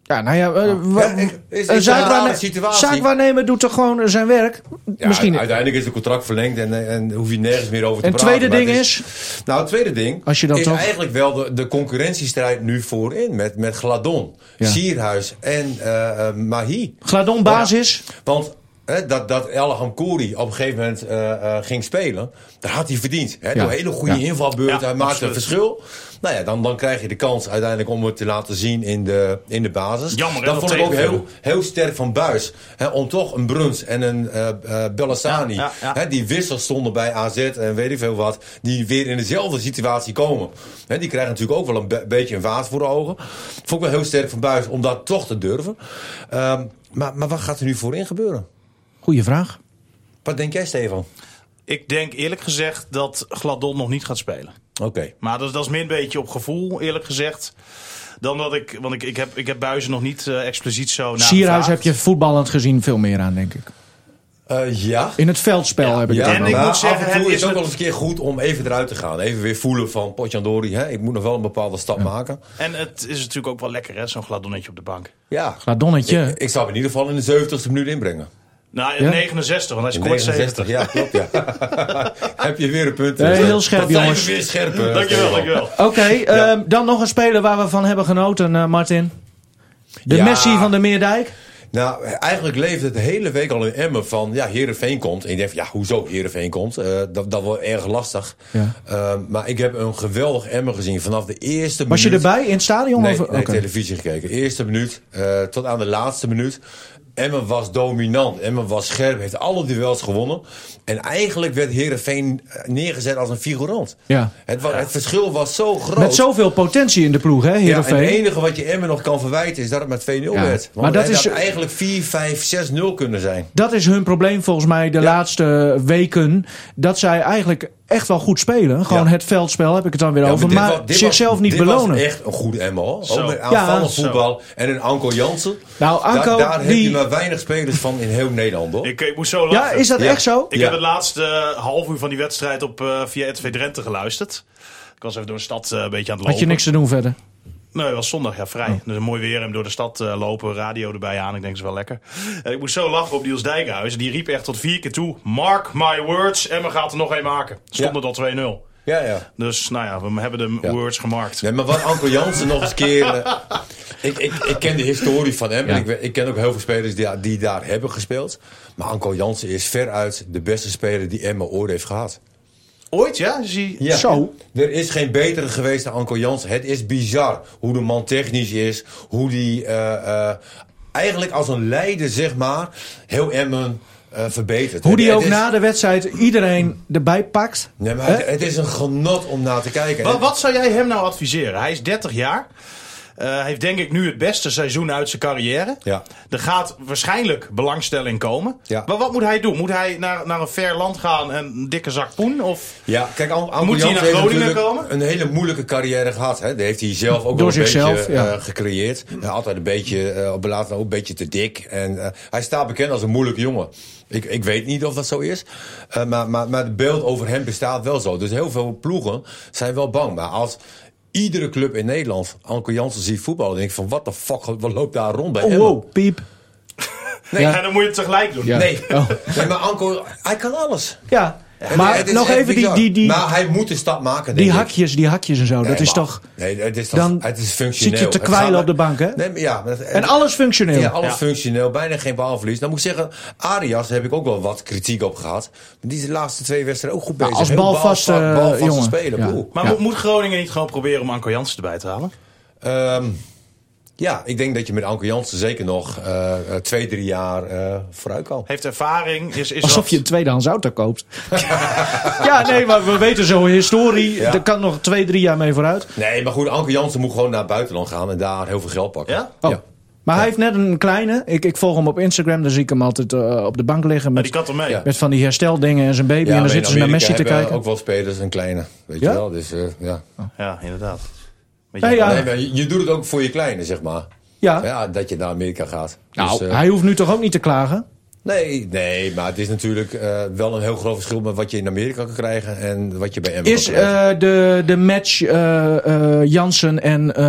[SPEAKER 1] Ja, nou ja, eh, wa-
[SPEAKER 3] Ja, ik- is-
[SPEAKER 1] een
[SPEAKER 3] is een rare
[SPEAKER 1] zaakwaarne-
[SPEAKER 3] situatie.
[SPEAKER 1] zaakwaarnemer doet toch gewoon zijn werk?
[SPEAKER 3] Ja,
[SPEAKER 1] Misschien. En
[SPEAKER 3] Uiteindelijk is het contract verlengd en, en hoef je nergens meer over te
[SPEAKER 1] het
[SPEAKER 3] praten.
[SPEAKER 1] tweede
[SPEAKER 3] maar
[SPEAKER 1] ding
[SPEAKER 3] het
[SPEAKER 1] is,
[SPEAKER 3] Nou, het tweede ding
[SPEAKER 1] Als je dan
[SPEAKER 3] is
[SPEAKER 1] toch-
[SPEAKER 3] eigenlijk wel de, de concurrentiestrijd nu voorin. Met, met Gladon,
[SPEAKER 1] Ja.
[SPEAKER 3] Sierhuis en eh eh, Mahi.
[SPEAKER 1] Gladon basis.
[SPEAKER 3] Want hè, dat, dat El Hamkouri op een gegeven moment eh, eh, ging spelen, dat had hij verdiend. Hè,
[SPEAKER 1] Ja.
[SPEAKER 3] Door hele goede
[SPEAKER 1] Ja.
[SPEAKER 3] invalbeurt,
[SPEAKER 2] Ja,
[SPEAKER 3] hij maakte een
[SPEAKER 2] absoluut.
[SPEAKER 3] verschil. Nou ja, dan, dan krijg je de kans uiteindelijk om het te laten zien in de, in de basis.
[SPEAKER 2] Jammer, hè,
[SPEAKER 3] dat
[SPEAKER 2] dat
[SPEAKER 3] vond ik ook
[SPEAKER 2] tegenviel.
[SPEAKER 3] heel, heel sterk van Buis. Hè, om toch een Bruns en een eh eh, Bellassani,
[SPEAKER 2] Ja, ja, ja.
[SPEAKER 3] Hè, die wissels stonden bij AZ en weet ik veel wat, die weer in dezelfde situatie komen. Hè, die krijgen natuurlijk ook wel een be- beetje een vaas voor de ogen. Vond ik wel heel sterk van Buis om dat toch te durven. Ehm, maar, maar wat gaat er nu voorin gebeuren?
[SPEAKER 1] Goeie vraag.
[SPEAKER 3] Wat denk jij, Stefan?
[SPEAKER 2] Ik denk eerlijk gezegd dat Gladon nog niet gaat spelen.
[SPEAKER 3] Oké.
[SPEAKER 2] Maar dat, dat is meer een beetje op gevoel, eerlijk gezegd. Dan dat ik, want ik, ik, heb, ik heb Buizen nog niet eh, expliciet zo
[SPEAKER 3] Nou,
[SPEAKER 2] naar
[SPEAKER 1] Sierhuis heb je voetballend gezien veel meer aan, denk ik.
[SPEAKER 3] Eh, ja.
[SPEAKER 1] In het veldspel heb ik
[SPEAKER 3] Ja,
[SPEAKER 1] het
[SPEAKER 2] en
[SPEAKER 1] dan
[SPEAKER 2] ik
[SPEAKER 1] over.
[SPEAKER 3] maar
[SPEAKER 2] moet zeggen,
[SPEAKER 3] af en
[SPEAKER 2] het
[SPEAKER 3] toe is
[SPEAKER 2] is
[SPEAKER 3] het ook
[SPEAKER 2] een-
[SPEAKER 3] wel eens een keer goed om even eruit te gaan. Even weer voelen van potjandori, hè, ik moet nog wel een bepaalde stap maken.
[SPEAKER 2] En het is natuurlijk ook wel lekker, hè, zo'n gladonnetje op de bank.
[SPEAKER 3] Ja,
[SPEAKER 1] Gladonnetje.
[SPEAKER 3] ik, ik zou hem in ieder geval in de 70ste minuut inbrengen.
[SPEAKER 2] Nou, in
[SPEAKER 1] Ja?
[SPEAKER 2] 69, want hij
[SPEAKER 3] In
[SPEAKER 2] is kort 70.
[SPEAKER 3] 69, ja, klopt. Ja. Heb je weer een punt.
[SPEAKER 1] Nee, heel scherp,
[SPEAKER 3] Dat zijn we
[SPEAKER 1] jongens.
[SPEAKER 3] weer scherp. eh,
[SPEAKER 2] Dankjewel,
[SPEAKER 3] Stefan.
[SPEAKER 2] dankjewel.
[SPEAKER 1] Oké, ehm, dan nog een speler waar we van hebben genoten, eh, Martin. De
[SPEAKER 3] Ja.
[SPEAKER 1] Messi van de Meerdijk.
[SPEAKER 3] Nou, eigenlijk leefde het de hele week al in Emmen van... ja, Heerenveen komt. En ik denk van, ja, hoezo Heerenveen komt? Eh, dat, dat wordt erg lastig.
[SPEAKER 1] Ja.
[SPEAKER 3] Eh, maar ik heb een geweldig Emmen gezien. Vanaf de eerste
[SPEAKER 1] Was je
[SPEAKER 3] minuut...
[SPEAKER 1] erbij in het stadion?
[SPEAKER 3] Mhm. Nee,
[SPEAKER 1] of,
[SPEAKER 3] nee,
[SPEAKER 1] Oké.
[SPEAKER 3] televisie gekeken. Eerste minuut eh, tot aan de laatste minuut. Emmen was dominant. Emmen was scherp. Heeft alle duels gewonnen. En eigenlijk werd Heerenveen eh, neergezet als een figurant.
[SPEAKER 1] Ja.
[SPEAKER 3] Het, wa- het verschil was zo groot.
[SPEAKER 1] Met zoveel potentie in de ploeg, hè,
[SPEAKER 3] Ja, en het
[SPEAKER 1] Heerenveen?
[SPEAKER 3] enige wat je Emmen nog kan verwijten is dat het met 2-0 werd. Want
[SPEAKER 1] maar dat
[SPEAKER 3] het
[SPEAKER 1] is-
[SPEAKER 3] had eigenlijk 4, 5, 6-0 kunnen zijn.
[SPEAKER 1] Dat is hun probleem volgens mij de laatste weken. Dat zij eigenlijk echt wel goed spelen. Gewoon
[SPEAKER 3] Ja.
[SPEAKER 1] het veldspel heb ik het dan weer
[SPEAKER 3] Ja,
[SPEAKER 1] over.
[SPEAKER 3] dit
[SPEAKER 1] Nou, Maar
[SPEAKER 3] was- dit
[SPEAKER 1] zichzelf
[SPEAKER 3] was-
[SPEAKER 1] niet
[SPEAKER 3] dit was
[SPEAKER 1] belonen.
[SPEAKER 3] echt een goede Emmen hoor.
[SPEAKER 2] Zo.
[SPEAKER 3] Ook met aanvallend
[SPEAKER 1] Ja,
[SPEAKER 3] voetbal. En een Anko Jansen.
[SPEAKER 1] Nou,
[SPEAKER 3] Daar-
[SPEAKER 1] Anko,
[SPEAKER 3] daar heb
[SPEAKER 1] die-
[SPEAKER 3] je maar weinig spelers van in heel Nederland hoor.
[SPEAKER 2] Ik, ik moest zo lachen.
[SPEAKER 1] Ja, is dat
[SPEAKER 3] Ja.
[SPEAKER 1] echt zo?
[SPEAKER 2] Ik
[SPEAKER 3] Ja.
[SPEAKER 2] heb het laatste eh, half uur van die wedstrijd op, eh, via RTV Drenthe geluisterd. Ik was even door de stad eh, een beetje aan het lopen.
[SPEAKER 1] Had je niks te doen verder?
[SPEAKER 2] Nee, het was zondag, ja,
[SPEAKER 3] Oh.
[SPEAKER 2] vrij. Dus mooi weer en door de stad eh, lopen, radio erbij aan. Ik denk, dat is wel lekker. En ik moest zo lachen op Niels Dijkhuizen. Die riep echt tot vier keer toe, mark my words, Emma gaat er nog één maken. Stond het al 2-0.
[SPEAKER 3] Ja, ja.
[SPEAKER 2] Dus nou ja, we hebben de
[SPEAKER 3] Ja.
[SPEAKER 2] words gemarkt.
[SPEAKER 3] Nee, maar wat Anko Jansen nog eens keer... eh, ik, ik, ik ken de historie van hem.
[SPEAKER 1] Ja.
[SPEAKER 3] en Ik, we- ik ken ook heel veel spelers die, die daar hebben gespeeld. Maar Anko Jansen is veruit de beste speler die Emmen ooit heeft gehad.
[SPEAKER 2] Ooit, ja? Is hij-
[SPEAKER 3] Ja.
[SPEAKER 1] Zo.
[SPEAKER 3] Er is geen betere geweest dan Anko Jansen. Het is bizar hoe de man technisch is. Hoe die eh, eh, eigenlijk als een leider, zeg maar, heel Emmen eh, verbetert.
[SPEAKER 1] Hoe die
[SPEAKER 3] Het-
[SPEAKER 1] ook
[SPEAKER 3] het is-
[SPEAKER 1] na de wedstrijd iedereen erbij pakt.
[SPEAKER 3] Nee, maar
[SPEAKER 1] Hè?
[SPEAKER 3] het, het is een genot om naar te kijken.
[SPEAKER 2] Wat,
[SPEAKER 3] En-
[SPEAKER 2] wat zou jij hem nou adviseren? Hij is 30 jaar. Eh, Hij heeft denk ik nu het beste seizoen uit zijn carrière.
[SPEAKER 3] Ja.
[SPEAKER 2] Er gaat waarschijnlijk belangstelling komen.
[SPEAKER 3] Ja.
[SPEAKER 2] Maar wat moet hij doen? Moet hij naar, naar een ver land gaan en een dikke zak poen? Of...
[SPEAKER 3] Ja, kijk, An- Anko
[SPEAKER 2] Moet hij
[SPEAKER 3] Jansen
[SPEAKER 2] naar
[SPEAKER 3] heeft
[SPEAKER 2] Groningen
[SPEAKER 3] natuurlijk
[SPEAKER 2] komen?
[SPEAKER 3] Een hele moeilijke carrière gehad. Hè? Die heeft hij zelf ook wel een
[SPEAKER 1] zichzelf,
[SPEAKER 3] beetje
[SPEAKER 1] ja.
[SPEAKER 3] eh, gecreëerd. Eh, altijd een beetje, eh, op belaat ook een beetje te dik. En eh, hij staat bekend als een moeilijke jongen. Ik, ik weet niet of dat zo is. Eh, maar, maar, maar het beeld over hem bestaat wel zo. Dus heel veel ploegen zijn wel bang. Maar als iedere club in Nederland Anko Jansen ziet voetballen... dan denk ik van, wat de fuck, wat loopt daar rond bij
[SPEAKER 1] Oh,
[SPEAKER 3] Emmen?
[SPEAKER 1] wow, piep.
[SPEAKER 2] Nee,
[SPEAKER 1] Ja.
[SPEAKER 2] ja, dan moet je het tegelijk doen.
[SPEAKER 1] Ja.
[SPEAKER 3] Nee.
[SPEAKER 1] Oh.
[SPEAKER 3] nee, maar Anko, hij kan alles.
[SPEAKER 1] Ja,
[SPEAKER 3] Het- het
[SPEAKER 1] maar
[SPEAKER 3] is
[SPEAKER 1] nog
[SPEAKER 3] echt
[SPEAKER 1] even die,
[SPEAKER 3] bizar.
[SPEAKER 1] die, die,
[SPEAKER 3] Maar hij moet de stap maken, denk
[SPEAKER 1] die
[SPEAKER 3] ik.
[SPEAKER 1] hakjes, die hakjes en zo. dat
[SPEAKER 3] Nee,
[SPEAKER 1] is
[SPEAKER 3] maar-
[SPEAKER 1] toch...
[SPEAKER 3] Nee, het is toch.
[SPEAKER 1] dan
[SPEAKER 3] het is functioneel.
[SPEAKER 1] zit je te
[SPEAKER 3] Het gaat
[SPEAKER 1] kwijlen
[SPEAKER 3] maar-
[SPEAKER 1] op de bank, hè?
[SPEAKER 3] Nee, maar ja, maar dat-
[SPEAKER 1] En alles functioneel.
[SPEAKER 3] Ja, alles
[SPEAKER 2] Ja.
[SPEAKER 3] functioneel, bijna geen balverlies. Dan moet ik zeggen, Arias daar heb ik ook wel wat kritiek op gehad. Maar die is de laatste twee wedstrijden ook goed bezig.
[SPEAKER 1] Nou, als
[SPEAKER 3] Heel
[SPEAKER 1] balvaste, eh,
[SPEAKER 3] balva- balvaste
[SPEAKER 1] jongen.
[SPEAKER 3] speler.
[SPEAKER 1] Ja.
[SPEAKER 3] poeh.
[SPEAKER 2] Maar
[SPEAKER 1] Ja.
[SPEAKER 2] moet- moet Groningen niet gewoon proberen om Anko Jansen erbij te halen?
[SPEAKER 3] Ehm, ja, ik denk dat je met Anke Jansen zeker nog eh, eh, twee, drie jaar eh, vooruit kan.
[SPEAKER 2] Heeft ervaring. Is, is
[SPEAKER 1] Alsof
[SPEAKER 2] dat-
[SPEAKER 1] je een tweedehands auto koopt. ja, nee, maar we weten zo'n historie. Daar kan nog twee, drie jaar mee vooruit.
[SPEAKER 3] Nee, maar goed, Anke Jansen moet gewoon naar het buitenland gaan en daar heel veel geld pakken.
[SPEAKER 2] Ja?
[SPEAKER 1] Oh.
[SPEAKER 3] ja.
[SPEAKER 1] Maar hij heeft net een kleine. Ik, ik volg hem op Instagram. Dan zie ik hem altijd eh, op de bank liggen
[SPEAKER 2] Maar
[SPEAKER 1] met,
[SPEAKER 2] die kat ermee.
[SPEAKER 3] Ja.
[SPEAKER 1] met van die hersteldingen en zijn baby. en
[SPEAKER 3] maar
[SPEAKER 1] dan
[SPEAKER 3] in
[SPEAKER 1] zitten ze naar
[SPEAKER 3] Amerika
[SPEAKER 1] Messi te
[SPEAKER 3] hebben
[SPEAKER 1] kijken.
[SPEAKER 3] ook wel spelers, een kleine. Weet
[SPEAKER 1] Ja?
[SPEAKER 3] je wel, dus eh, ja.
[SPEAKER 2] Ja, inderdaad. Weet
[SPEAKER 1] Nee,
[SPEAKER 2] je-
[SPEAKER 1] ja.
[SPEAKER 3] Nee, maar je, je doet het ook voor je kleine, zeg maar.
[SPEAKER 1] Ja.
[SPEAKER 3] Ja, dat je naar Amerika gaat.
[SPEAKER 1] Nou,
[SPEAKER 3] Dus, eh,
[SPEAKER 1] hij hoeft nu toch ook niet te klagen?
[SPEAKER 3] nee, nee, maar het is natuurlijk eh, wel een heel groot verschil met wat je in Amerika kan krijgen en wat je bij Emmen
[SPEAKER 1] Is
[SPEAKER 3] kan krijgen.
[SPEAKER 1] eh, de, de match eh, eh, Jansen en eh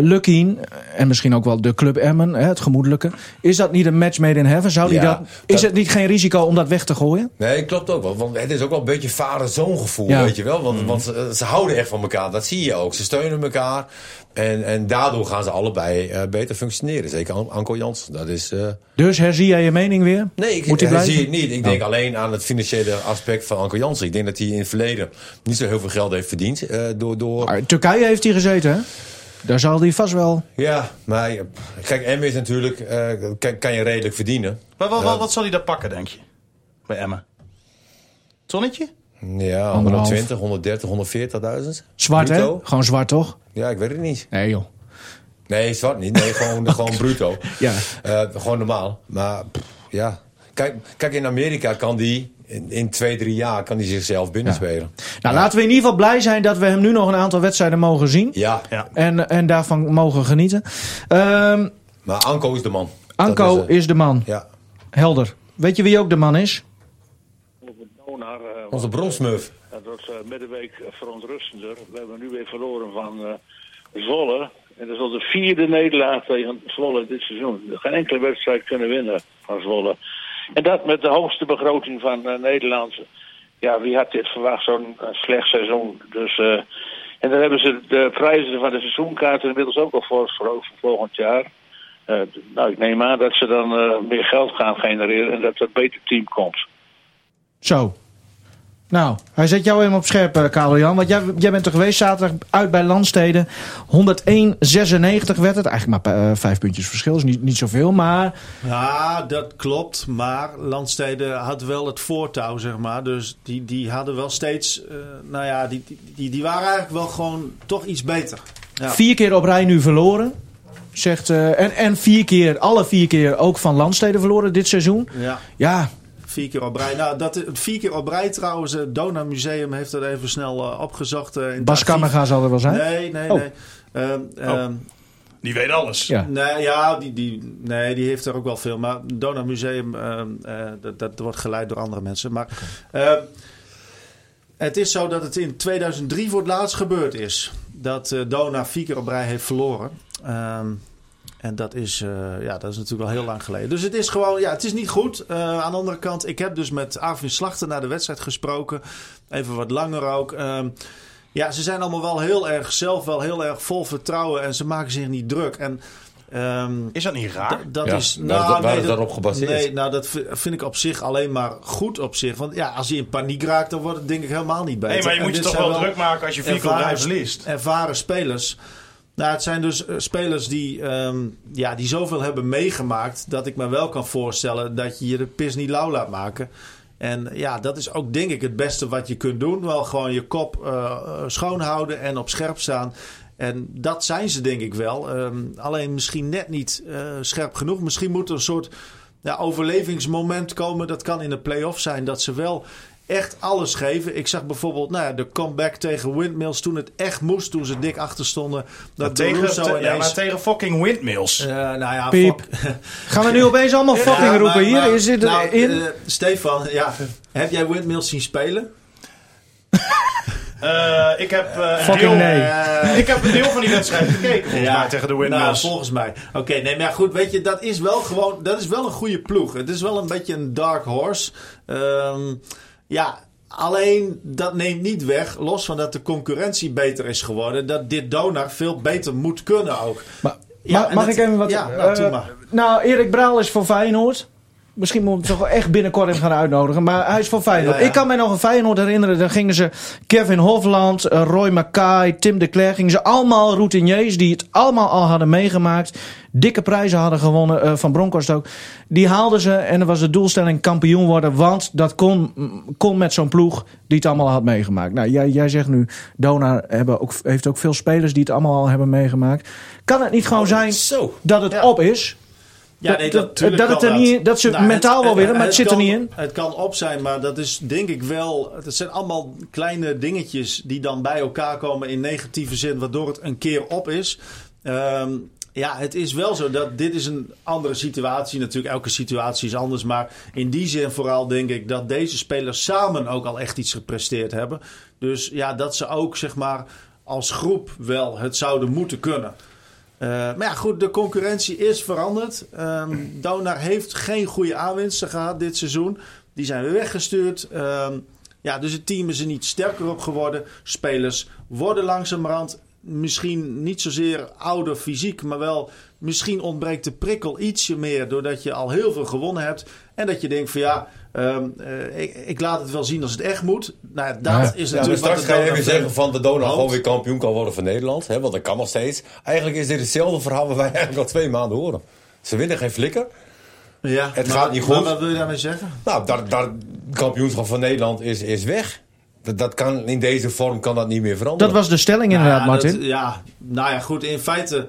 [SPEAKER 1] Lukien, en misschien ook wel de club Emmen, hè, het gemoedelijke, is dat niet een match made in heaven? Zou die
[SPEAKER 3] Ja,
[SPEAKER 1] dat, is
[SPEAKER 3] dat-
[SPEAKER 1] het niet geen risico om dat weg te gooien?
[SPEAKER 3] Nee, klopt ook wel. Want het is ook wel een beetje vader-zoon gevoel,
[SPEAKER 1] Ja. Mm.
[SPEAKER 3] weet je wel. Want, want ze, ze houden echt van elkaar. Dat zie je ook. Ze steunen elkaar. En, en daardoor gaan ze allebei eh, beter functioneren. Zeker An- Anko Jansen. Dat is... eh,
[SPEAKER 1] Dus herzie jij je mening weer?
[SPEAKER 3] Nee, ik
[SPEAKER 1] Moet hij
[SPEAKER 3] dat
[SPEAKER 1] blijven? Oh.
[SPEAKER 3] zie ik niet. Ik denk alleen aan het financiële aspect van Anko Jansen. Ik denk dat hij in het verleden niet zo heel veel geld heeft verdiend. eh, door, door...
[SPEAKER 1] Maar Turkije heeft hij gezeten, hè? Daar zal hij vast wel.
[SPEAKER 3] Ja, maar je- kijk, M is natuurlijk... eh, kan, kan je redelijk verdienen.
[SPEAKER 2] Maar wat, wat, wat zal hij daar pakken, denk je? Bij Emmen. Tonnetje?
[SPEAKER 3] Ja,
[SPEAKER 1] Anderhalf.
[SPEAKER 3] 120, 130, 140.000.
[SPEAKER 1] Zwart, hè?
[SPEAKER 3] Bruto?
[SPEAKER 1] Gewoon zwart, toch?
[SPEAKER 3] Ja, ik weet het niet.
[SPEAKER 1] Nee, joh.
[SPEAKER 3] Nee, zwart niet. Nee, gewoon, gewoon bruto.
[SPEAKER 1] Ja.
[SPEAKER 3] Eh, gewoon normaal. Maar pff, ja. Kijk, kijk, in Amerika kan die in, in twee, drie jaar kan die zichzelf binnenspelen.
[SPEAKER 1] Nou, laten we in ieder geval blij zijn dat we hem nu nog een aantal wedstrijden mogen zien.
[SPEAKER 3] Ja.
[SPEAKER 2] Ja.
[SPEAKER 1] En, en daarvan mogen genieten. Ehm,
[SPEAKER 3] maar Anko is de man.
[SPEAKER 1] Anko
[SPEAKER 3] Dat
[SPEAKER 1] is, de man.
[SPEAKER 3] Ja.
[SPEAKER 1] Helder. Weet je wie ook de man is?
[SPEAKER 5] Over Donar, eh, want
[SPEAKER 3] Onze bronsmuf.
[SPEAKER 5] dat was eh, middenweek verontrustender. We hebben nu weer verloren van eh, Zwolle. En dat is al de vierde nederlaag tegen Zwolle dit seizoen. Geen enkele wedstrijd kunnen winnen van Zwolle. En dat met de hoogste begroting van eh, Nederland. Ja, wie had dit verwacht, zo'n eh, slecht seizoen. Dus, eh, en dan hebben ze de prijzen van de seizoenkaarten inmiddels ook al voorverhoogd voor volgend jaar. Eh, nou, ik neem aan dat ze dan eh, meer geld gaan genereren en dat er een beter team komt.
[SPEAKER 1] Zo. Nou, hij zet jou helemaal op scherp, eh, Karel-Jan. Want jij, jij bent er geweest zaterdag uit bij Landsteden. 101,96 werd het. Eigenlijk maar eh, vijf puntjes verschil. is niet, niet zoveel. Maar
[SPEAKER 4] Ja, dat klopt. Maar Landsteden had wel het voortouw, zeg maar. Dus die, die hadden wel steeds... eh, nou ja, die, die- die, die waren eigenlijk wel gewoon toch iets beter. Ja.
[SPEAKER 1] vier keer op rij nu verloren. Zegt, eh, en, en vier keer, alle vier keer ook van Landsteden verloren dit seizoen.
[SPEAKER 4] Ja,
[SPEAKER 1] Ja,
[SPEAKER 4] vier keer op rij. Nou, dat, vier keer op rij trouwens. Het Dona Museum heeft dat even snel eh, opgezocht. eh, in het
[SPEAKER 1] Bas
[SPEAKER 4] archief.
[SPEAKER 1] Kammerga zal er wel zijn.
[SPEAKER 4] Nee, nee,
[SPEAKER 1] Oh.
[SPEAKER 4] nee. Ehm, ehm,
[SPEAKER 2] Die weet alles.
[SPEAKER 1] Ja.
[SPEAKER 4] Nee, ja, die, die, nee, die heeft er ook wel veel. Maar het Donau Museum, ehm, eh, dat, dat wordt geleid door andere mensen. Maar ehm, het is zo dat het in 2003 voor het laatst gebeurd is. Dat eh Dona vier keer op rij heeft verloren. Ehm, en dat is, eh, ja, dat is natuurlijk al heel lang geleden. Dus het is gewoon, ja, het is niet goed. Eh, aan de andere kant, ik heb dus met Arvin Slachter naar de wedstrijd gesproken. Even wat langer ook. Ehm, ja, ze zijn allemaal wel heel erg zelf, wel heel erg vol vertrouwen. En ze maken zich niet druk. En ehm,
[SPEAKER 2] Is dat niet raar?
[SPEAKER 4] da- dat
[SPEAKER 3] Ja,
[SPEAKER 4] is.
[SPEAKER 3] nou, dat- waar is daarop gebaseerd?
[SPEAKER 4] Nee, nou, dat vi- vind ik op zich alleen maar goed op zich. Want ja, als je in paniek raakt, dan wordt het denk ik helemaal niet beter.
[SPEAKER 2] Nee, maar je
[SPEAKER 4] En
[SPEAKER 2] moet je
[SPEAKER 4] dit
[SPEAKER 2] toch
[SPEAKER 4] zijn
[SPEAKER 2] wel druk maken als je vier keer op rij verliest.
[SPEAKER 4] Ervaren spelers. Nou, het zijn dus eh, spelers die, ehm, ja, die zoveel hebben meegemaakt. dat ik me wel kan voorstellen dat je je de pis niet lauw laat maken. En ja, dat is ook denk ik het beste wat je kunt doen. Wel gewoon je kop eh, schoonhouden schoon houden en op scherp staan. En dat zijn ze denk ik wel. Ehm, alleen misschien net niet eh, scherp genoeg. Misschien moet er een soort ja, overlevingsmoment komen. Dat kan in de play-off zijn. Dat ze wel echt alles geven. Ik zag bijvoorbeeld nou ja, de comeback tegen Windmills toen het echt moest. Toen ze dik achter stonden. Dat
[SPEAKER 2] tegen,
[SPEAKER 4] Beluso
[SPEAKER 2] te- ja, maar
[SPEAKER 4] ineens...
[SPEAKER 2] tegen fucking windmills.
[SPEAKER 4] eh, nou ja,
[SPEAKER 1] Piep.
[SPEAKER 4] fuck.
[SPEAKER 1] Gaan we nu opeens allemaal fucking
[SPEAKER 4] Ja, maar-
[SPEAKER 1] roepen? Hier
[SPEAKER 4] maar-
[SPEAKER 1] is dit
[SPEAKER 4] nou,
[SPEAKER 1] in.
[SPEAKER 4] eh, Stefan, ja, heb jij Windmills zien spelen?
[SPEAKER 2] Eh, ik, heb, eh, een
[SPEAKER 1] Fucking
[SPEAKER 2] deel,
[SPEAKER 1] nee.
[SPEAKER 2] ik heb een deel van die wedstrijd gekeken. Volgens mij tegen de
[SPEAKER 4] Nou,
[SPEAKER 2] windmills.
[SPEAKER 4] volgens mij. Oké, nee, maar ja, goed, weet je, dat is wel gewoon, dat is wel een goede ploeg. Het is wel een beetje een dark horse. Ehm, ja, alleen dat neemt niet weg, los van dat de concurrentie beter is geworden, dat dit Donar veel beter moet kunnen ook. Ja,
[SPEAKER 1] mag
[SPEAKER 4] en
[SPEAKER 1] mag
[SPEAKER 4] dat-
[SPEAKER 1] ik even wat...
[SPEAKER 4] ja, nou,
[SPEAKER 1] eh,
[SPEAKER 4] doe maar.
[SPEAKER 1] nou, Erik Braal is voor Feyenoord. Misschien moeten we hem toch wel echt binnenkort even gaan uitnodigen. Maar hij is van Feyenoord.
[SPEAKER 4] Ja, ja.
[SPEAKER 1] Ik kan mij nog een Feyenoord herinneren. Daar gingen ze Kevin Hofland, eh, Roy Mackay, Tim de Klerk. Gingen ze allemaal routiniers die het allemaal al hadden meegemaakt. Dikke prijzen hadden gewonnen. eh, van Bronkhorst ook. Die haalden ze. En dan was de doelstelling kampioen worden. Want dat kon, mm, kon met zo'n ploeg die het allemaal had meegemaakt. Nou, jij, jij zegt nu, Dona hebben ook, heeft ook veel spelers die het allemaal al hebben meegemaakt. Kan het niet gewoon Nou,
[SPEAKER 4] Oh,
[SPEAKER 1] zijn
[SPEAKER 3] Zo.
[SPEAKER 1] dat het op is?
[SPEAKER 4] Ja,
[SPEAKER 1] Dat-
[SPEAKER 4] nee,
[SPEAKER 1] dat-
[SPEAKER 4] dat, tuurlijk
[SPEAKER 1] dat het
[SPEAKER 4] kan
[SPEAKER 1] er niet- dat ze mentaal wel willen, maar het zit er
[SPEAKER 4] kan-
[SPEAKER 1] niet in.
[SPEAKER 4] Het kan op zijn, maar dat is denk ik wel. Het zijn allemaal kleine dingetjes die dan bij elkaar komen in negatieve zin, waardoor het een keer op is. Ehm, Ja, het is wel zo dat dit is een andere situatie. Natuurlijk, elke situatie is anders. Maar in die zin vooral denk ik dat deze spelers samen ook al echt iets gepresteerd hebben. Dus ja, dat ze ook zeg maar als groep wel het zouden moeten kunnen. Eh, maar ja, goed, de concurrentie is veranderd. Ehm Donar heeft geen goede aanwinsten gehad dit seizoen. Die zijn weer weggestuurd. Ehm, ja, dus het team is er niet sterker op geworden. Spelers worden langzamerhand misschien niet zozeer ouder fysiek, maar wel misschien ontbreekt de prikkel ietsje meer doordat je al heel veel gewonnen hebt. En dat je denkt van ja, ehm, eh, ik, ik laat het wel zien als het echt moet. Nou, ja, dat is
[SPEAKER 3] Ja, maar
[SPEAKER 4] natuurlijk
[SPEAKER 3] straks
[SPEAKER 4] wat
[SPEAKER 3] ga
[SPEAKER 4] het
[SPEAKER 3] je
[SPEAKER 4] dan
[SPEAKER 3] even
[SPEAKER 4] dan
[SPEAKER 3] zeggen van de Donau
[SPEAKER 4] Want-
[SPEAKER 3] gewoon weer kampioen kan worden van Nederland. Hè, want dat kan nog steeds. Eigenlijk is dit hetzelfde verhaal wat wij eigenlijk al twee maanden horen. Ze winnen geen flikker.
[SPEAKER 4] Ja,
[SPEAKER 3] Het
[SPEAKER 4] maar-
[SPEAKER 3] gaat niet
[SPEAKER 4] maar
[SPEAKER 3] goed.
[SPEAKER 4] wat wil je daarmee zeggen?
[SPEAKER 3] Nou, dat, dat kampioenschap van Nederland is, is weg. Dat, dat kan, in deze vorm kan dat niet meer veranderen.
[SPEAKER 1] Dat was de stelling inderdaad,
[SPEAKER 4] Nou ja,
[SPEAKER 1] Martin.
[SPEAKER 4] dat- ja, nou ja, goed. In feite,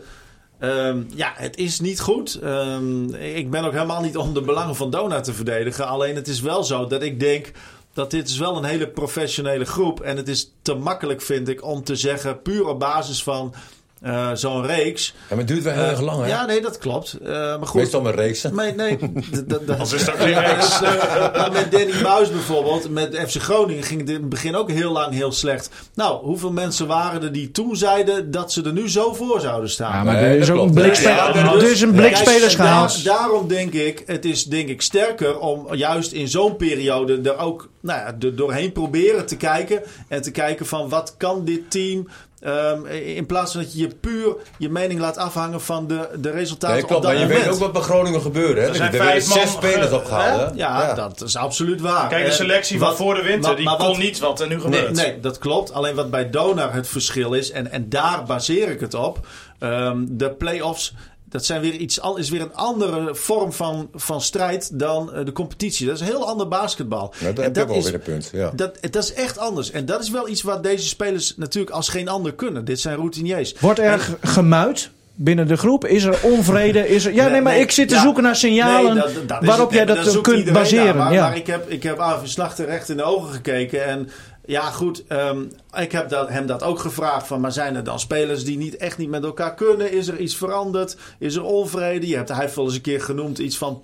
[SPEAKER 4] ehm, ja, het is niet goed. Ehm, ik ben ook helemaal niet om de belangen van Dona te verdedigen. Alleen het is wel zo dat ik denk dat dit is wel een hele professionele groep. En het is te makkelijk, vind ik, om te zeggen, puur op basis van eh, zo'n reeks.
[SPEAKER 3] Ja, maar het duurt wel heel erg lang, hè?
[SPEAKER 4] Eh, Ja, nee, dat klopt. Eh, maar goed.
[SPEAKER 3] Meestal met reeksen.
[SPEAKER 4] Nee, nee. d- d- d-
[SPEAKER 2] Als is dat geen
[SPEAKER 4] Ja,
[SPEAKER 2] reeks.
[SPEAKER 4] dus, eh, maar met Danny Buis bijvoorbeeld, met FC Groningen ging het in het begin ook heel lang heel slecht. Nou, hoeveel mensen waren er die toen zeiden dat ze er nu zo voor zouden staan?
[SPEAKER 1] Ja, maar
[SPEAKER 3] Nee,
[SPEAKER 1] er is
[SPEAKER 3] dat
[SPEAKER 1] ook een
[SPEAKER 3] klopt.
[SPEAKER 1] blikspe-
[SPEAKER 2] Ja, ja, dat-
[SPEAKER 1] er is een blikspelers
[SPEAKER 4] Kijk, en
[SPEAKER 1] gehaald.
[SPEAKER 4] daar- daarom denk ik, het is denk ik sterker om juist in zo'n periode er ook nou ja, er doorheen proberen te kijken. En te kijken van wat kan dit team. ehm, in plaats van dat je je puur je mening laat afhangen van de, de resultaten
[SPEAKER 3] Nee, klopt.
[SPEAKER 4] op
[SPEAKER 3] Maar
[SPEAKER 4] dat
[SPEAKER 3] je
[SPEAKER 4] moment.
[SPEAKER 3] weet ook wat bij Groningen gebeurde. Hè?
[SPEAKER 2] Er zijn
[SPEAKER 3] Er werden
[SPEAKER 2] vijf man
[SPEAKER 3] zes spelers
[SPEAKER 2] ge-
[SPEAKER 3] opgehaald.
[SPEAKER 4] Hè?
[SPEAKER 3] hè?
[SPEAKER 4] Ja, dat is absoluut waar.
[SPEAKER 2] Kijk, de
[SPEAKER 4] En
[SPEAKER 2] selectie van
[SPEAKER 4] eh, wat-
[SPEAKER 2] voor de winter,
[SPEAKER 4] maar-
[SPEAKER 2] die
[SPEAKER 4] maar
[SPEAKER 2] kon
[SPEAKER 4] wat-
[SPEAKER 2] niet wat er nu
[SPEAKER 4] Nee,
[SPEAKER 2] gebeurt.
[SPEAKER 4] nee, dat klopt. Alleen wat bij Donar het verschil is, en, en daar baseer ik het op. ehm, de play-offs, dat zijn weer iets, al- is weer een andere vorm van, van strijd dan eh, de competitie. Dat is een heel ander basketbal.
[SPEAKER 3] Ja,
[SPEAKER 4] En
[SPEAKER 3] dat heb ik ook wel
[SPEAKER 4] is-
[SPEAKER 3] weer een punt. Ja.
[SPEAKER 4] dat, dat is echt anders. En dat is wel iets wat deze spelers natuurlijk als geen ander kunnen. Dit zijn routiniers.
[SPEAKER 1] Wordt
[SPEAKER 4] En-
[SPEAKER 1] er g- gemuid binnen de groep? Is er onvrede? Is er... Ja, nee, maar ik zit te
[SPEAKER 4] ja.
[SPEAKER 1] zoeken naar signalen
[SPEAKER 4] Nee, dat- dat is
[SPEAKER 1] waarop
[SPEAKER 4] het.
[SPEAKER 1] jij dat
[SPEAKER 4] Nee, daar
[SPEAKER 1] eh,
[SPEAKER 4] zoekt
[SPEAKER 1] kunt
[SPEAKER 4] iedereen naar.
[SPEAKER 1] baseren.
[SPEAKER 4] Maar,
[SPEAKER 1] ja.
[SPEAKER 4] maar ik heb, ik heb Arvin Slachter recht in de ogen gekeken. En ja, goed, ehm, ik heb dat, hem dat ook gevraagd. Van, maar zijn er dan spelers die niet, echt niet met elkaar kunnen? Is er iets veranderd? Is er onvrede? Je hebt, hij heeft wel eens een keer genoemd iets van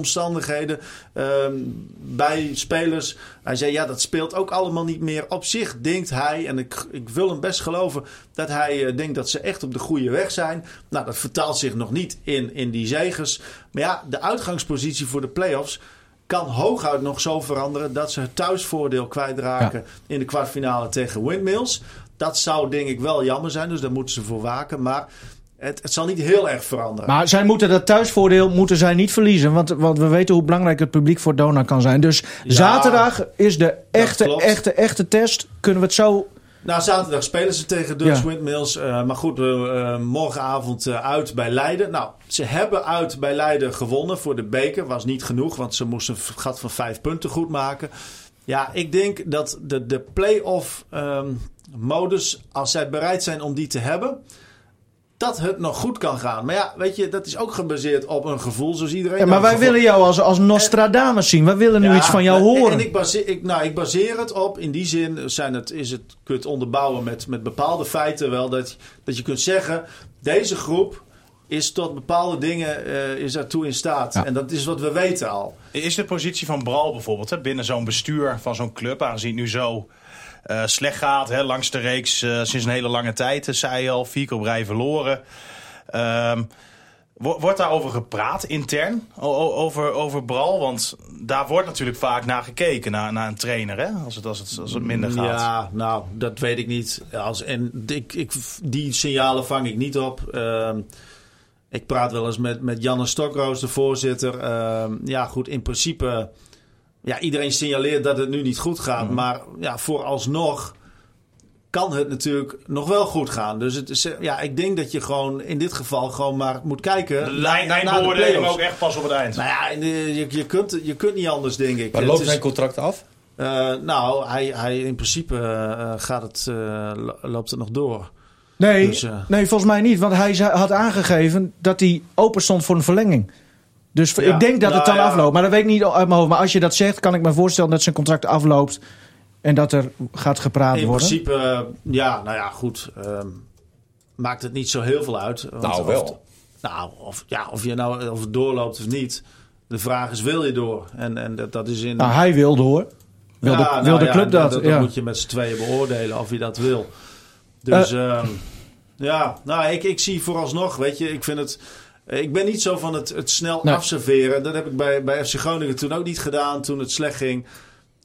[SPEAKER 4] privéomstandigheden ehm, bij spelers. Hij zei, ja, dat speelt ook allemaal niet meer. Op zich denkt hij, en ik, ik wil hem best geloven... dat hij eh, denkt dat ze echt op de goede weg zijn. Nou, dat vertaalt zich nog niet in, in die zegers. Maar ja, de uitgangspositie voor de play-offs kan hooguit nog zo veranderen dat ze het thuisvoordeel kwijtraken in de kwartfinale tegen Windmills. Dat zou denk ik wel jammer zijn, dus daar moeten ze voor waken. Maar het, het zal niet heel erg veranderen.
[SPEAKER 1] Maar zij moeten dat thuisvoordeel moeten zij niet verliezen. Want, want we weten hoe belangrijk het publiek voor Dona kan zijn. Dus zaterdag is de echte,
[SPEAKER 4] klopt.
[SPEAKER 1] echte, echte test. Kunnen we het zo...
[SPEAKER 4] Nou, zaterdag spelen ze tegen Dutch
[SPEAKER 1] Ja.
[SPEAKER 4] Windmills. eh, maar goed, eh, eh, morgenavond eh, uit bij Leiden. Nou, ze hebben uit bij Leiden gewonnen voor de beker. Was niet genoeg, want ze moesten een gat van vijf punten goed maken. Ja, ik denk dat de, de play-off ehm, modus, als zij bereid zijn om die te hebben... dat het nog goed kan gaan. Maar ja, weet je, dat is ook gebaseerd op een gevoel, zoals iedereen...
[SPEAKER 1] Ja, maar
[SPEAKER 4] een
[SPEAKER 1] wij
[SPEAKER 4] gevoel-
[SPEAKER 1] willen jou als, als Nostradamus zien. Wij willen nu
[SPEAKER 4] ja,
[SPEAKER 1] iets van jou
[SPEAKER 4] en-
[SPEAKER 1] horen.
[SPEAKER 4] En ik baseer, ik, nou, ik baseer het op, in die zin zijn het, is het, kun je het onderbouwen met, met bepaalde feiten wel. Dat, dat je kunt zeggen, deze groep is tot bepaalde dingen eh, is daartoe in staat. En dat is wat we weten al.
[SPEAKER 2] Is de positie van Bral bijvoorbeeld hè, binnen zo'n bestuur van zo'n club, aangezien het nu zo eh, slecht gaat, hè, langs de reeks eh, sinds een hele lange tijd, eh, zei je al, vier keer op rij verloren. Ehm, wo- wordt daarover gepraat intern, O- o- over, over Bral? Want daar wordt natuurlijk vaak naar gekeken, naar, naar een trainer, hè, als, het, als, het, als het minder gaat.
[SPEAKER 4] Ja, nou, dat weet ik niet. Als, en ik, ik, die signalen vang ik niet op. Ehm, ik praat wel eens met, met Janne Stokroos, de voorzitter. Ehm, ja, goed, in principe... Ja, iedereen signaleert dat het nu niet goed gaat.
[SPEAKER 2] Mhm.
[SPEAKER 4] Maar ja, vooralsnog kan het natuurlijk nog wel goed gaan. Dus het is, ja, ik denk dat je gewoon in dit geval gewoon maar moet kijken...
[SPEAKER 2] De
[SPEAKER 4] naar-
[SPEAKER 2] lijn,
[SPEAKER 4] naar
[SPEAKER 2] lijn
[SPEAKER 4] de
[SPEAKER 2] beoordelen
[SPEAKER 4] play-offs.
[SPEAKER 2] ook echt pas op het eind.
[SPEAKER 4] Nou ja, en, eh, je, je, kunt, je kunt niet anders, denk ik.
[SPEAKER 3] Maar
[SPEAKER 4] Het
[SPEAKER 3] loopt
[SPEAKER 4] is-
[SPEAKER 3] zijn contract af?
[SPEAKER 4] eh, nou, hij, hij in principe eh, eh, gaat het, eh, lo- loopt het nog door.
[SPEAKER 1] Nee,
[SPEAKER 4] Dus, eh,
[SPEAKER 1] nee, volgens mij niet. Want hij zei- had aangegeven dat hij open stond voor een verlenging. Dus
[SPEAKER 4] Ja,
[SPEAKER 1] ik denk dat het dan
[SPEAKER 4] nou ja.
[SPEAKER 1] afloopt. Maar dat weet ik niet uit mijn hoofd. Maar als je dat zegt, kan ik me voorstellen dat zijn contract afloopt. En dat er gaat gepraat
[SPEAKER 4] In
[SPEAKER 1] worden.
[SPEAKER 4] principe, eh, ja, nou ja, goed. ehm, maakt het niet zo heel veel uit. want
[SPEAKER 3] Nou,
[SPEAKER 4] of-
[SPEAKER 3] wel.
[SPEAKER 4] Nou, of, ja, of je nou of het doorloopt of niet. De vraag is, wil je door? En, en dat, dat is in...
[SPEAKER 1] Nou, hij wil door. Wil de,
[SPEAKER 4] Ja, nou
[SPEAKER 1] wil de
[SPEAKER 4] ja,
[SPEAKER 1] club
[SPEAKER 4] en
[SPEAKER 1] dat?
[SPEAKER 4] Dat,
[SPEAKER 1] ja.
[SPEAKER 4] moet je met z'n tweeën beoordelen of je dat wil. Dus
[SPEAKER 1] Eh.
[SPEAKER 4] ehm, ja, nou, ik, ik zie vooralsnog, weet je, ik vind het... Ik ben niet zo van het, het snel
[SPEAKER 1] Nee.
[SPEAKER 4] afserveren. Dat heb ik bij, bij FC Groningen toen ook niet gedaan, toen het slecht ging.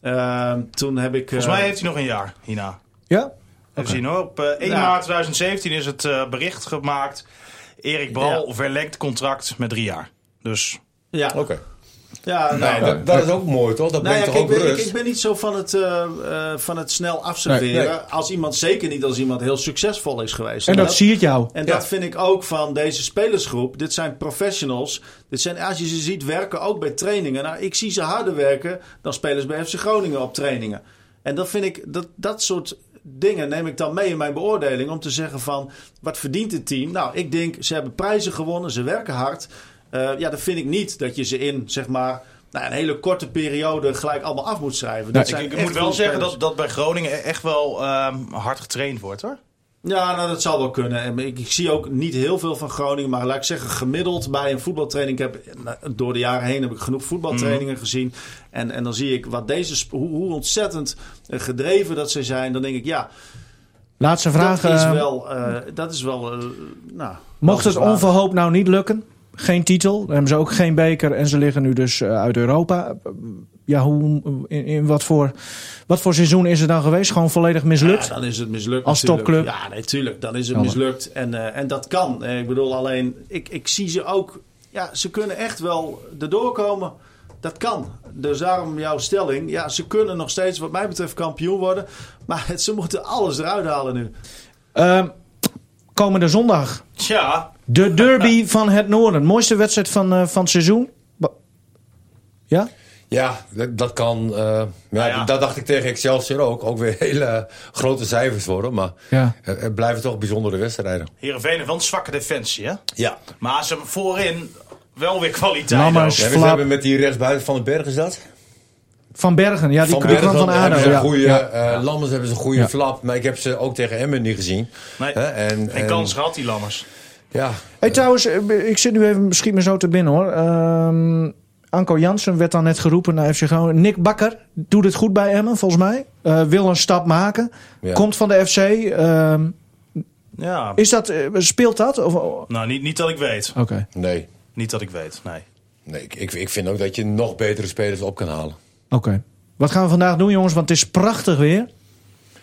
[SPEAKER 4] Ehm, toen heb ik...
[SPEAKER 2] Volgens mij
[SPEAKER 4] eh,
[SPEAKER 2] heeft hij nog een jaar hierna.
[SPEAKER 1] ja?
[SPEAKER 2] Even zien hoor. Op eh, 1
[SPEAKER 4] Ja.
[SPEAKER 2] maart 2017 is het eh, bericht gemaakt. Erik Bral verlengt contract met drie jaar. Dus
[SPEAKER 4] Ja,
[SPEAKER 3] Oké.
[SPEAKER 4] ja nou,
[SPEAKER 3] Nee, dat, dat is ook mooi, toch? Dat
[SPEAKER 4] Nou ja,
[SPEAKER 3] brengt
[SPEAKER 4] kijk,
[SPEAKER 3] toch
[SPEAKER 4] ik,
[SPEAKER 3] ook
[SPEAKER 4] ben, ik,
[SPEAKER 3] rust?
[SPEAKER 4] ik ben niet zo van het, eh, eh, van het snel afserveren.
[SPEAKER 3] Nee, nee.
[SPEAKER 4] Als iemand, zeker niet als iemand heel succesvol is geweest.
[SPEAKER 1] En dat siert jou.
[SPEAKER 4] en
[SPEAKER 2] Nou,
[SPEAKER 3] ja.
[SPEAKER 4] dat vind ik ook van deze spelersgroep. Dit zijn professionals. Dit zijn, als je ze ziet werken, ook bij trainingen. Nou, ik zie ze harder werken dan spelers bij FC Groningen op trainingen. En dat vind ik, dat, dat soort dingen neem ik dan mee in mijn beoordeling. Om te zeggen van, wat verdient het team? Nou, ik denk, ze hebben prijzen gewonnen, ze werken hard. Eh, ja, dat vind ik niet dat je ze in, zeg maar, nou, een hele korte periode gelijk allemaal af moet schrijven. Dat
[SPEAKER 2] ik,
[SPEAKER 4] zijn
[SPEAKER 2] Nou, ik
[SPEAKER 4] echt
[SPEAKER 2] moet wel
[SPEAKER 4] goede
[SPEAKER 2] zeggen
[SPEAKER 4] spelers.
[SPEAKER 2] dat, dat bij Groningen e- echt wel ehm, hard getraind wordt hoor.
[SPEAKER 4] Ja, nou, dat zal wel kunnen. En Ik, ik zie ook niet heel veel van Groningen. Maar laat ik zeggen, gemiddeld bij een voetbaltraining. Ik heb, nou, door de jaren heen heb ik genoeg
[SPEAKER 1] Mhm.
[SPEAKER 4] voetbaltrainingen gezien. En, en dan zie ik wat deze, sp- hoe, hoe ontzettend eh, gedreven dat ze zijn. Dan denk ik, ja,
[SPEAKER 1] Laatste vraag.
[SPEAKER 4] dat, is
[SPEAKER 1] eh,
[SPEAKER 4] wel, eh, dat is wel... eh, nou,
[SPEAKER 1] mocht het
[SPEAKER 4] wel zwaar.
[SPEAKER 1] onverhoopt nou niet lukken, geen titel, dan hebben ze ook geen beker en ze liggen nu dus eh, uit Europa. Ja, hoe, in, in wat, voor, wat voor seizoen is het dan geweest? Gewoon volledig mislukt?
[SPEAKER 4] Ja, dan is het mislukt.
[SPEAKER 1] Als
[SPEAKER 4] natuurlijk.
[SPEAKER 1] topclub. Oh.
[SPEAKER 4] Ja, natuurlijk. Dan is het
[SPEAKER 1] Jammer.
[SPEAKER 4] mislukt. En, eh, en dat kan. Eh, ik bedoel, alleen, ik, ik zie ze ook. Ja, ze kunnen echt wel erdoor komen. Dat kan. Dus daarom jouw stelling. Ja, ze kunnen nog steeds, wat mij betreft, kampioen worden. Maar het- ze moeten alles eruit halen nu.
[SPEAKER 1] Ehm, komende zondag,
[SPEAKER 2] Tja,
[SPEAKER 1] de derby van het Noorden. Mooiste wedstrijd van, eh, van het seizoen. Ba- Ja?
[SPEAKER 3] Ja, dat, dat kan. eh, ja,
[SPEAKER 2] Nou ja.
[SPEAKER 3] Dat dacht ik tegen Excelsior ook. Ook weer hele eh, grote cijfers worden. Maar
[SPEAKER 1] Ja.
[SPEAKER 3] eh, het blijven toch bijzondere wedstrijden.
[SPEAKER 2] Heerenveen heeft wel een zwakke defensie hè.
[SPEAKER 3] Ja.
[SPEAKER 2] Maar ze hebben voorin wel weer kwaliteit.
[SPEAKER 1] Lammers.
[SPEAKER 2] ook.
[SPEAKER 3] Ja, we
[SPEAKER 1] Flap.
[SPEAKER 3] hebben met die rechtsbuiten van de Berg is dat?
[SPEAKER 1] Van Bergen, ja, die
[SPEAKER 3] Van
[SPEAKER 1] van
[SPEAKER 3] Berg
[SPEAKER 1] kwam van ADO.
[SPEAKER 3] hebben ze een
[SPEAKER 1] ja.
[SPEAKER 3] goede,
[SPEAKER 1] Ja.
[SPEAKER 3] eh, Lammers hebben ze een goede
[SPEAKER 1] Ja.
[SPEAKER 3] flap. Maar ik heb ze ook tegen Emmen niet gezien.
[SPEAKER 2] Nee,
[SPEAKER 3] Hè, en,
[SPEAKER 2] Geen
[SPEAKER 3] en-
[SPEAKER 2] kans gehad die Lammers.
[SPEAKER 3] Ja.
[SPEAKER 1] Hey, trouwens, eh, ik zit nu even, schiet me zo te binnen hoor. Ehm, Anko Jansen werd dan net geroepen naar FC Groningen. Nick Bakker doet het goed bij Emmen, volgens mij. Eh, wil een stap maken.
[SPEAKER 3] Ja.
[SPEAKER 1] Komt van de FC. Ehm,
[SPEAKER 2] Ja.
[SPEAKER 1] is dat, eh, speelt dat? Of- Oké.
[SPEAKER 2] Nou, niet, niet dat ik weet.
[SPEAKER 3] Nee.
[SPEAKER 2] Niet dat ik weet, nee.
[SPEAKER 1] Oh,
[SPEAKER 3] nee ik, ik, ik vind ook dat je nog betere spelers op kan halen.
[SPEAKER 1] Oké. Wat gaan we vandaag doen, jongens? Want het is prachtig weer.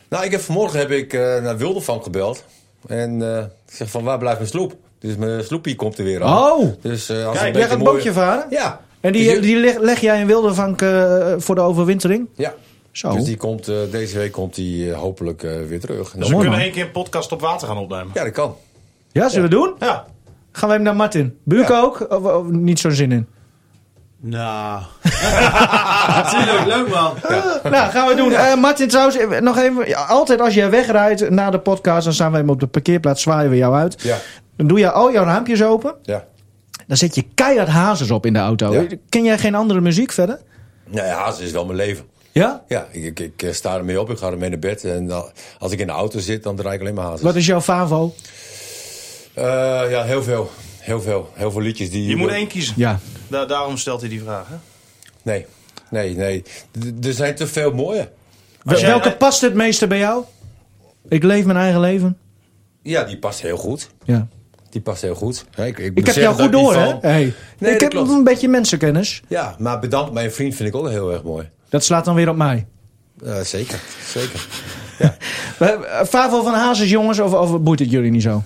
[SPEAKER 3] Nou, ik heb vanmorgen heb ik, eh, naar Wildervan gebeld. En eh, ik zeg van waar blijft mijn sloep? Dus mijn sloepie komt er weer aan.
[SPEAKER 1] Oh!
[SPEAKER 3] Dus, eh, als
[SPEAKER 1] Kijk,
[SPEAKER 3] beetje
[SPEAKER 1] jij gaat een
[SPEAKER 3] mooie-
[SPEAKER 1] bootje varen?
[SPEAKER 3] Ja.
[SPEAKER 1] En
[SPEAKER 3] Dus
[SPEAKER 1] die,
[SPEAKER 3] je-
[SPEAKER 1] die leg, leg jij in Wildervank eh, voor de overwintering?
[SPEAKER 3] Ja.
[SPEAKER 1] Zo.
[SPEAKER 3] Dus die komt, eh, deze week komt die eh, hopelijk eh, weer terug.
[SPEAKER 2] Dus
[SPEAKER 1] mooi,
[SPEAKER 2] we kunnen
[SPEAKER 1] man.
[SPEAKER 2] één keer een podcast op water gaan opnemen.
[SPEAKER 3] Ja, dat kan.
[SPEAKER 1] Ja, zullen we doen?
[SPEAKER 2] Ja.
[SPEAKER 1] Gaan we hem naar Martin? Buurk
[SPEAKER 3] Ja.
[SPEAKER 1] ook? Of, of niet zo'n zin in?
[SPEAKER 4] Nou. Natuurlijk, leuk man.
[SPEAKER 1] Nou, gaan we doen. Eh, Martin, trouwens, eh, nog even. ja, Altijd als jij wegrijdt na de podcast, dan staan we hem op de parkeerplaats, zwaaien we jou uit.
[SPEAKER 3] Ja.
[SPEAKER 1] Dan doe je al jouw raampjes open.
[SPEAKER 3] Ja.
[SPEAKER 1] Dan zet je keihard hazes op in de auto.
[SPEAKER 3] Ja.
[SPEAKER 1] Ken jij geen andere muziek verder?
[SPEAKER 3] Nou ja, hazen is wel mijn leven.
[SPEAKER 1] Ja?
[SPEAKER 3] Ja, ik, ik, ik eh, sta ermee op, ik ga ermee naar bed. En dan- als ik in de auto zit, dan draai ik alleen maar hazen.
[SPEAKER 1] Wat is jouw favo?
[SPEAKER 3] ja, heel veel. Heel veel. Heel veel liedjes die...
[SPEAKER 2] Je moet één kiezen.
[SPEAKER 1] Ja.
[SPEAKER 2] Da- daarom stelt hij die vraag. Hè?
[SPEAKER 3] Nee, nee, nee. D- er zijn te veel mooie.
[SPEAKER 2] Als jij-
[SPEAKER 1] Welke past het meeste bij jou? Ik leef mijn eigen leven.
[SPEAKER 3] Ja, die past heel goed.
[SPEAKER 1] Ja.
[SPEAKER 3] Die past heel goed. Ja, ik, ik moet
[SPEAKER 1] Ik heb jou
[SPEAKER 3] zeggen
[SPEAKER 1] goed
[SPEAKER 3] dat ik
[SPEAKER 1] door,
[SPEAKER 3] die
[SPEAKER 1] hè?
[SPEAKER 3] van-
[SPEAKER 1] Hey.
[SPEAKER 3] Nee,
[SPEAKER 1] ik
[SPEAKER 3] dat
[SPEAKER 1] heb
[SPEAKER 3] klopt.
[SPEAKER 1] een beetje mensenkennis.
[SPEAKER 3] Ja, maar bedankt mijn vriend vind ik ook heel erg mooi.
[SPEAKER 1] Dat slaat dan weer op mij.
[SPEAKER 3] Eh, zeker, zeker.
[SPEAKER 1] Eh, Favo van Hazes, jongens, of, of boeit het jullie niet zo?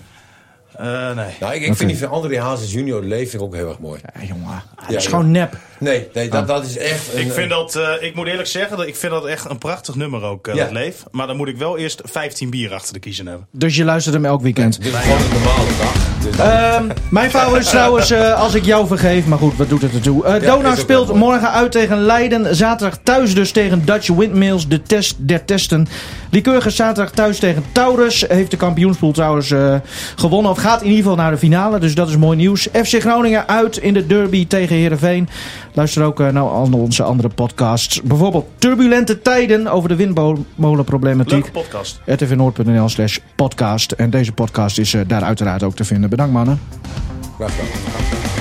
[SPEAKER 2] Eh, nee.
[SPEAKER 3] Nou, ik, ik vind die van André Hazes junior leef ik ook heel erg mooi.
[SPEAKER 1] Ja, jongen. Het
[SPEAKER 3] Ja,
[SPEAKER 1] Ah, is
[SPEAKER 3] ja.
[SPEAKER 1] gewoon nep.
[SPEAKER 3] Nee, nee dat, dat is echt... een-
[SPEAKER 2] Ik, vind dat, eh, ik moet eerlijk zeggen, dat ik vind dat echt een prachtig nummer ook, eh,
[SPEAKER 3] Ja.
[SPEAKER 2] dat Leef. Maar dan moet ik wel eerst 15 bier achter de kiezen hebben.
[SPEAKER 1] Dus je luistert hem elk weekend.
[SPEAKER 3] Dit is gewoon een normale dag. Dus
[SPEAKER 1] Ehm, mijn vrouw is trouwens, eh, als ik jou vergeef, maar goed, wat doet het ertoe? Eh
[SPEAKER 3] Ja, is
[SPEAKER 1] Donau
[SPEAKER 3] ook
[SPEAKER 1] speelt
[SPEAKER 3] wel mooi.
[SPEAKER 1] morgen uit tegen Leiden. Zaterdag thuis dus tegen Dutch Windmills, de test der testen. Liekeurgers zaterdag thuis tegen Taurus. Heeft de kampioenspool trouwens eh, gewonnen, of gaat in ieder geval naar de finale. Dus dat is mooi nieuws. FC Groningen uit in de derby tegen Heerenveen. Luister ook eh, naar al onze andere podcasts. Bijvoorbeeld Turbulente Tijden over de windmolenproblematiek.
[SPEAKER 2] Leuke podcast.
[SPEAKER 1] rtvnoord.nl slash podcast. En deze podcast is eh, daar uiteraard ook te vinden. Bedankt mannen.
[SPEAKER 3] Graag gedaan.